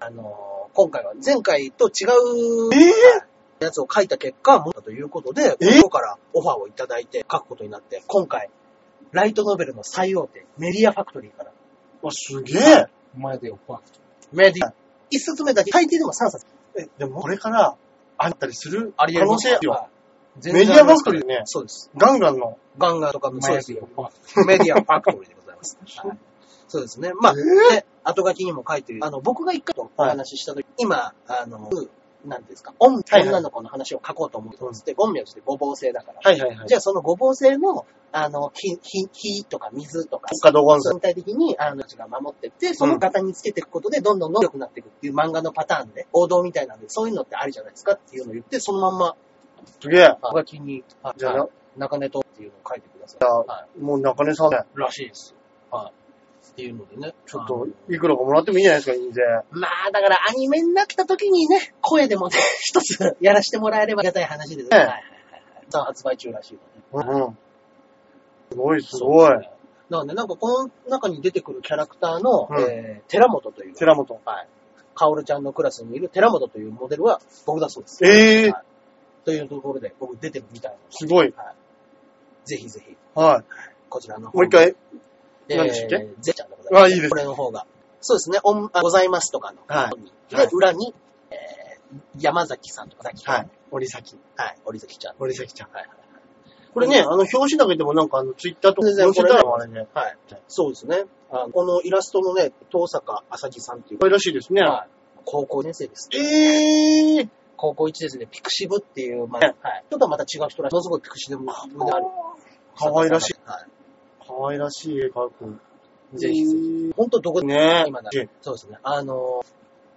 Speaker 2: あのー今回は前回と違う、
Speaker 1: えー
Speaker 2: はいやつを書いた結果、もったということで、
Speaker 1: えー
Speaker 2: 今日からオファーをいただいて書くことになって、今回、ライトノベルの最大手、メディアファクトリーから、
Speaker 1: い。あ、すげえ
Speaker 2: 前でオファー。メディア、一冊目だけ、最低でも3冊。
Speaker 1: え、でもこれから、あったりする
Speaker 2: ありえ
Speaker 1: 可能性あるよ。メディアファクトリーね
Speaker 2: そうです。
Speaker 1: ガンガンの。
Speaker 2: ガンガンとかもそうですよ。
Speaker 1: は
Speaker 2: メディアファクトリーでござ います。はいそうですね。まあ、
Speaker 1: え
Speaker 2: ね後書きにも書いてる。あの、僕が一回とお話しした時、今、あの、なんていうんですか、女
Speaker 1: はいはい
Speaker 2: 女の子の話を書こうと思ってますって、ゴンミョってごぼう性だから。
Speaker 1: はいはいはい。
Speaker 2: じゃあそのごぼう性の、あの、火、火、火とか水とか、
Speaker 1: 他道温泉。
Speaker 2: 全体的にあの人たちが守ってって、その型につけていくことで、どんどんどんどん良くなっていくっていう漫画のパターンで、王道みたいなんで、そういうのってありじゃないですかっていうのを言って、そのまんま、
Speaker 1: すげえ。
Speaker 2: あお書きに、あ
Speaker 1: じゃあ
Speaker 2: はい中根とっていうのを書いてください。
Speaker 1: じゃあ
Speaker 2: は
Speaker 1: もう中根さんね、
Speaker 2: い、らしいです。はい。っていうのでね。
Speaker 1: ちょっと
Speaker 2: あ、の
Speaker 1: いくらかもらってもいいじゃないですか、印税。
Speaker 2: まあ、だからアニメになった時にね、声でもね、 一つやらせてもらえればありがたい話ですね。
Speaker 1: ええ
Speaker 2: はいはいはい。さあ、発売中らしいので。
Speaker 1: うんうん。すごい、すごい。
Speaker 2: そうですね。なので、なんかこの中に出てくるキャラクターの、
Speaker 1: うん
Speaker 2: えー、寺本という、
Speaker 1: 寺本。
Speaker 2: はい。カオルちゃんのクラスにいる寺本というモデルは僕だそうです。
Speaker 1: ええ
Speaker 2: はいというところで僕出てるみたいなの
Speaker 1: すごい。
Speaker 2: で、はい。ぜひぜひ、
Speaker 1: はい。
Speaker 2: こちらの方
Speaker 1: もう一回。何
Speaker 2: で
Speaker 1: でしたっけ
Speaker 2: ゼちゃんでございます。
Speaker 1: あいいです
Speaker 2: これの方が。そうですね、おんあございますとかの。。
Speaker 1: はいは
Speaker 2: で
Speaker 1: い、
Speaker 2: 裏に、えー、山崎さんとか、崎
Speaker 1: はい。
Speaker 2: 折崎。はい。折崎ちゃん。
Speaker 1: 森崎ちゃん。
Speaker 2: はい。
Speaker 1: これね、あの、表紙だけでもなんか、あの、ツイッターとか
Speaker 2: 全然
Speaker 1: 載
Speaker 2: こ
Speaker 1: せ
Speaker 2: れ
Speaker 1: たらあれね。
Speaker 2: はい。そうですね。あのこのイラストのね、遠坂浅木さんっていう
Speaker 1: こ、れらしいですね。
Speaker 2: はい高校2年生です。
Speaker 1: ええー。
Speaker 2: 高校1ですね、ピクシブっていう、まあ、はい。ちょっとまた違う人らしい。ものすごいピクシブのある。
Speaker 1: かわいらしい。
Speaker 2: は
Speaker 1: かわいらしい絵描く。
Speaker 2: い。ぜひぜひ。ほんとどこでも
Speaker 1: ねえ
Speaker 2: 今だ。そうですね。あの、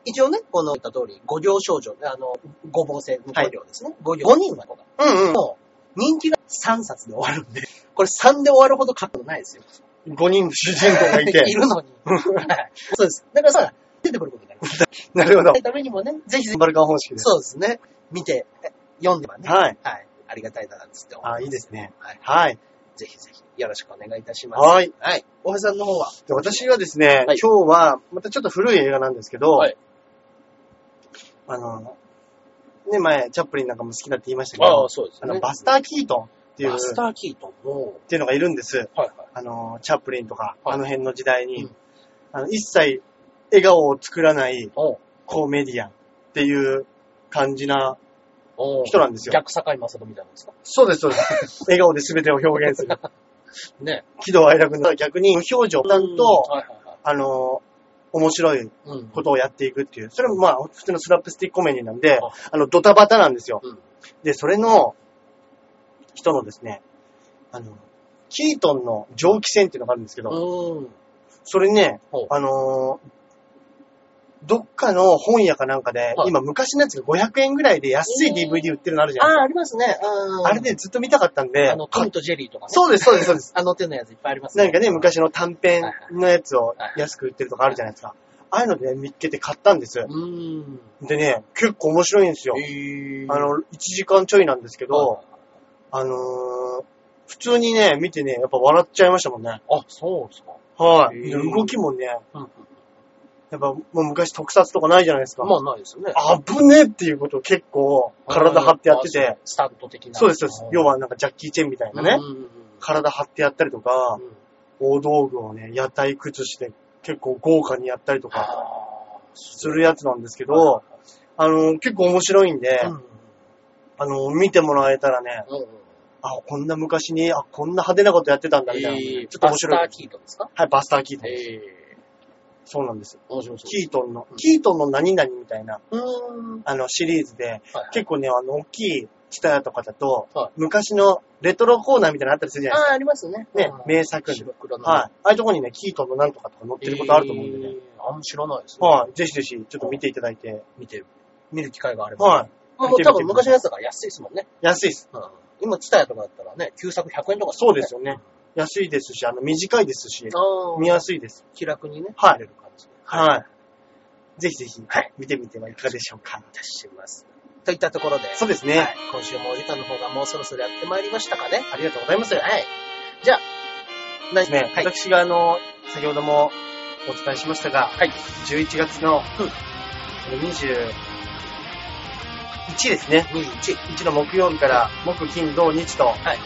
Speaker 2: 一応ね、この言った通り、五行少女、あの、五房制の五行ですね。五行、五人は子が。
Speaker 1: うん
Speaker 2: もう、人気が3冊で終わるんで、これ3で終わるほど覚悟ないですよ。。
Speaker 1: うん。5人主人公がいて
Speaker 2: るのに。はいそうです。だからさ、出てくることになります。
Speaker 1: なるほど
Speaker 2: そ。のためにもね、ぜひぜひ
Speaker 1: バルカン方式です。
Speaker 2: そうですね。見て、え読んではね。
Speaker 1: はい。
Speaker 2: はい。ありがたいな、なんつって思いま
Speaker 1: あ、
Speaker 2: す。
Speaker 1: いいですね。
Speaker 2: はい。
Speaker 1: はい。
Speaker 2: ぜひぜひ、よろしくお願いいたします。
Speaker 1: はい。
Speaker 2: はい。大橋さんの方は
Speaker 1: で私はですね、
Speaker 2: はい
Speaker 1: 今日は、またちょっと古い映画なんですけど、
Speaker 2: はい
Speaker 1: あの、ね、前、チャップリンなんかも好きだって言いましたけ
Speaker 2: あ
Speaker 1: ど
Speaker 2: あ、、そうです
Speaker 1: あ
Speaker 2: ね。
Speaker 1: の、バス
Speaker 2: ーっ
Speaker 1: ター・キートンっていう、っ
Speaker 2: バスターキートンも、
Speaker 1: ていうのがいるんです。
Speaker 2: はいはい。
Speaker 1: あの、チャップリンとか、
Speaker 2: はい
Speaker 1: あの辺の時代に、
Speaker 2: うん
Speaker 1: あの、一切笑顔を作らない
Speaker 2: おう
Speaker 1: コメディアンっていう感じな、
Speaker 2: おう
Speaker 1: 人なんですよ
Speaker 2: 逆坂井正人みたいなんですか
Speaker 1: そうです、そうです。 笑顔で全てを表現す る。
Speaker 2: ね。
Speaker 1: 喜怒哀楽の逆に無表情なんと、
Speaker 2: はいはいはい。
Speaker 1: あの、面白い
Speaker 2: うん。
Speaker 1: ことをやっていくっていう。それもまあ、普通のスラップスティックコメディなんで
Speaker 2: あ、
Speaker 1: あの、ドタバタなんですよ。
Speaker 2: うん
Speaker 1: で、それの、人のですね、あの、キートンの蒸気船っていうのがあるんですけど、
Speaker 2: うん。
Speaker 1: それね
Speaker 2: ほう、
Speaker 1: あのーどっかの本屋かなんかで、
Speaker 2: はい
Speaker 1: 今昔のやつが500円ぐらいで安い DVD 売ってるのあるじゃ
Speaker 2: あ
Speaker 1: ない
Speaker 2: あ、ありますね。うん。
Speaker 1: あれで、ずっと見たかったんで
Speaker 2: あ、の、トムとジェリーとかね。
Speaker 1: そうです、そうです、そうです。
Speaker 2: あの手のやついっぱいあります
Speaker 1: なんかね、。昔の短編のやつを
Speaker 2: はい
Speaker 1: 安く売ってるとかあるじゃないですか。ああいうのでね見っけて買ったんです。
Speaker 2: うん。
Speaker 1: でね、結構面白いんですよ。
Speaker 2: え
Speaker 1: あ、の、1時間ちょいなんですけど、あのー普通にね、見てね、やっぱ笑っちゃいましたもんね。
Speaker 2: あ、そうですか。
Speaker 1: はい。
Speaker 2: へ
Speaker 1: で
Speaker 2: ー
Speaker 1: 動きもね、
Speaker 2: うんうん。
Speaker 1: やっぱもう昔特撮とかないじゃないですか。
Speaker 2: まあ、ないですよね。
Speaker 1: あぶねえっていうことを結構体張ってやって
Speaker 2: あ
Speaker 1: て、、
Speaker 2: スタント的な。
Speaker 1: そうです、そうです。要
Speaker 2: は、
Speaker 1: はなんかジャッキー・チェンみたいな
Speaker 2: ね
Speaker 1: ね、。体張ってやったりとか、
Speaker 2: うん
Speaker 1: 大道具をね、屋台靴して結構豪華にやったりとか
Speaker 2: あ
Speaker 1: するやつなんですけど、あのー結構面白いんで、
Speaker 2: ーうん
Speaker 1: あのー見てもらえたらね、
Speaker 2: うんうん
Speaker 1: あ、こんな昔に、あ、こんな派手なことやってたんだみたいなね、
Speaker 2: えー
Speaker 1: ちょっと面白
Speaker 2: バ
Speaker 1: い
Speaker 2: ス。ターキートですか
Speaker 1: はい、バスター・キートン。
Speaker 2: ええ。
Speaker 1: そうなんです。
Speaker 2: 面白そう。
Speaker 1: キートンの
Speaker 2: うん、
Speaker 1: キートンの何々みたいな、
Speaker 2: うーん。
Speaker 1: あの、シリーズで、
Speaker 2: はい
Speaker 1: 結構ね、あの、大きいチタヤとかだと
Speaker 2: はい、
Speaker 1: 昔のレトロコーナーみたいなのあったりするじゃない
Speaker 2: ああ、ありますね。
Speaker 1: ですか。ね、名作
Speaker 2: 白
Speaker 1: の。
Speaker 2: 黒の。
Speaker 1: はい。ああいうとこにね、キートンのなんとかとか載ってることあると思うんでね。
Speaker 2: えー。あんま知らないですね。
Speaker 1: はい。ぜひぜひ、ちょっと見ていただいて。
Speaker 2: 見て、見る機会があれば。
Speaker 1: はい。
Speaker 2: まあもう多分昔のやつだから安いですもんね。
Speaker 1: 安いです。
Speaker 2: うん。今、ツタヤとかだったらね、旧作100円とか
Speaker 1: そうですよ
Speaker 2: ね。
Speaker 1: ね。安いですし、あの、短いですし、
Speaker 2: あ
Speaker 1: 見
Speaker 2: あ。
Speaker 1: やすいです。
Speaker 2: 気楽にね、
Speaker 1: はい
Speaker 2: 見れる感じで。
Speaker 1: はい。ぜひぜひ
Speaker 2: はい、
Speaker 1: 見てみてはいかがでしょうか。
Speaker 2: いたします。といったところで、
Speaker 1: そうです
Speaker 2: は
Speaker 1: ね
Speaker 2: い。、今週もお時間の方がもうそろそろやってまいりましたかね。
Speaker 1: ありがとうございます。
Speaker 2: はい。じゃあ、
Speaker 1: で
Speaker 2: 何
Speaker 1: すね、
Speaker 2: はい。
Speaker 1: 私があの、先ほどもお伝えしましたが、
Speaker 2: はい
Speaker 1: 11月の、21ですね、
Speaker 2: 21。
Speaker 1: 1の木曜日から木、金、土、日と、
Speaker 2: はい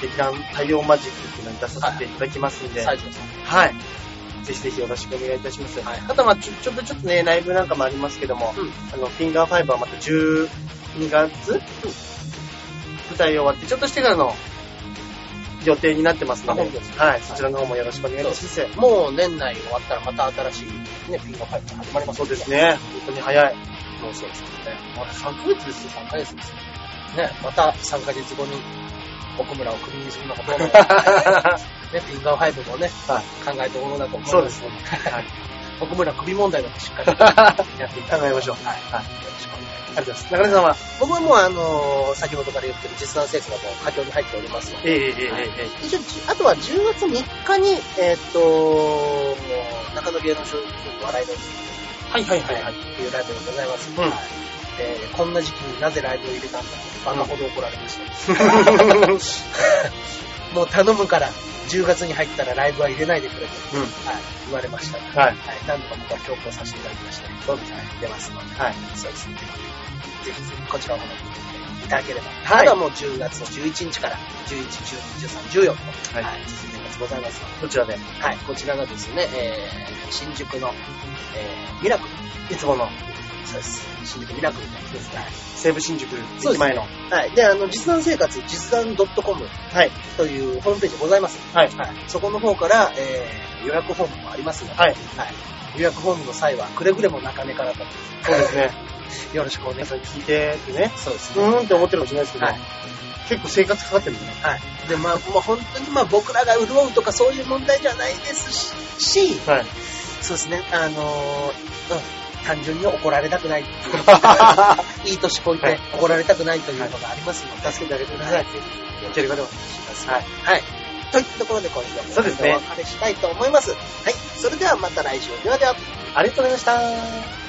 Speaker 1: 劇団太陽マジックっていうのに出させていただきますんで、は
Speaker 2: 最
Speaker 1: い、
Speaker 2: 初です。
Speaker 1: ぜひぜひよろしくお願いいたします。
Speaker 2: はい
Speaker 1: あとまあちょちょっとちょっとね、ライブなんかもありますけども、
Speaker 2: うん
Speaker 1: あの、フィンガーファイブはまた12月、舞台終わってちょっとしてからの予定になってますの
Speaker 2: あ
Speaker 1: で、
Speaker 2: 本当です
Speaker 1: はい、そちらの方もよろしくお願いいたします。
Speaker 2: もう年内終わったらまた新しいね、ピンの会が始まります
Speaker 1: そうです
Speaker 2: ね。
Speaker 1: ね。本当に早い。
Speaker 2: もうそうですね。まだ3ヶ月ですよ、3ヶ月ですよ。ね、また3ヶ月後に、奥村をクビにするのかどうなのか。ね、フィンガー5もね、
Speaker 1: はい
Speaker 2: 考えてものだと思います。
Speaker 1: そうですね。
Speaker 2: 奥村首問題だとしっかりやっていただき
Speaker 1: 考えましょう
Speaker 2: はい。はい。よろしくお願いします。
Speaker 1: ありがとうございます。中根さんは
Speaker 2: 僕はもうあのー先ほどから言ってる実弾生徒がもう佳境に入っておりますので。
Speaker 1: えええええ
Speaker 2: 一応、あとは10月3日に、えーっと、中野芸能少女笑いの
Speaker 1: はいはい
Speaker 2: はいはい。っていうライブでございます。
Speaker 1: うん
Speaker 2: はいえーこんな時期になぜライブを入れたんだと、バカほど怒られました。 もう頼むから、10月に入ったらライブは入れないでくれと、
Speaker 1: うん
Speaker 2: はい、言われました。
Speaker 1: はい
Speaker 2: はい。何度か僕は強行させていただきました。どうぞ、はい、出ますので。
Speaker 1: はい。
Speaker 2: そうですね。ぜひぜひ、こちらをご覧になっていただければ。
Speaker 1: はい
Speaker 2: あとはもう10月の11日から、11、12、13、14と、
Speaker 1: は
Speaker 2: はいい、続いてますございますので。
Speaker 1: こちらで。
Speaker 2: はい、こちらがですね、えー、新宿の、えー、ミラクル。
Speaker 1: いつもの
Speaker 2: そうです。新宿ミラクルですね。
Speaker 1: 西武新宿
Speaker 2: そう
Speaker 1: 駅
Speaker 2: です
Speaker 1: 前の。
Speaker 2: はい。で、あの、実弾生活、実弾 .com
Speaker 1: はい。
Speaker 2: というホームページございます。
Speaker 1: はい。
Speaker 2: はい。そこの方から、えー、予約フォームもありますので、
Speaker 1: はい。
Speaker 2: はい。予約フォームの際は、くれぐれも中根からと、
Speaker 1: そうですね。
Speaker 2: よろしくお願い
Speaker 1: 皆
Speaker 2: し
Speaker 1: さん聞いてってね。
Speaker 2: ます。そうです
Speaker 1: うーんって思ってるかもしれないですけど
Speaker 2: はい、
Speaker 1: 結構生活かかってるんでね。
Speaker 2: はい。で、まあ、もう本当に、まあ、僕らが潤うとかそういう問題じゃないですし、し
Speaker 1: はい。
Speaker 2: そうですね、あのーうん、単純に怒られたくないっていう。いい年こい
Speaker 1: は
Speaker 2: て
Speaker 1: い
Speaker 2: 怒られたくないというのがありますので、助けてあげてください。
Speaker 1: いけるかでは。
Speaker 2: はい。はい。といったところで今週は
Speaker 1: そうですね
Speaker 2: お別れしたいと思います。はい。それではまた来週。ではでは。
Speaker 1: ありがとうございました。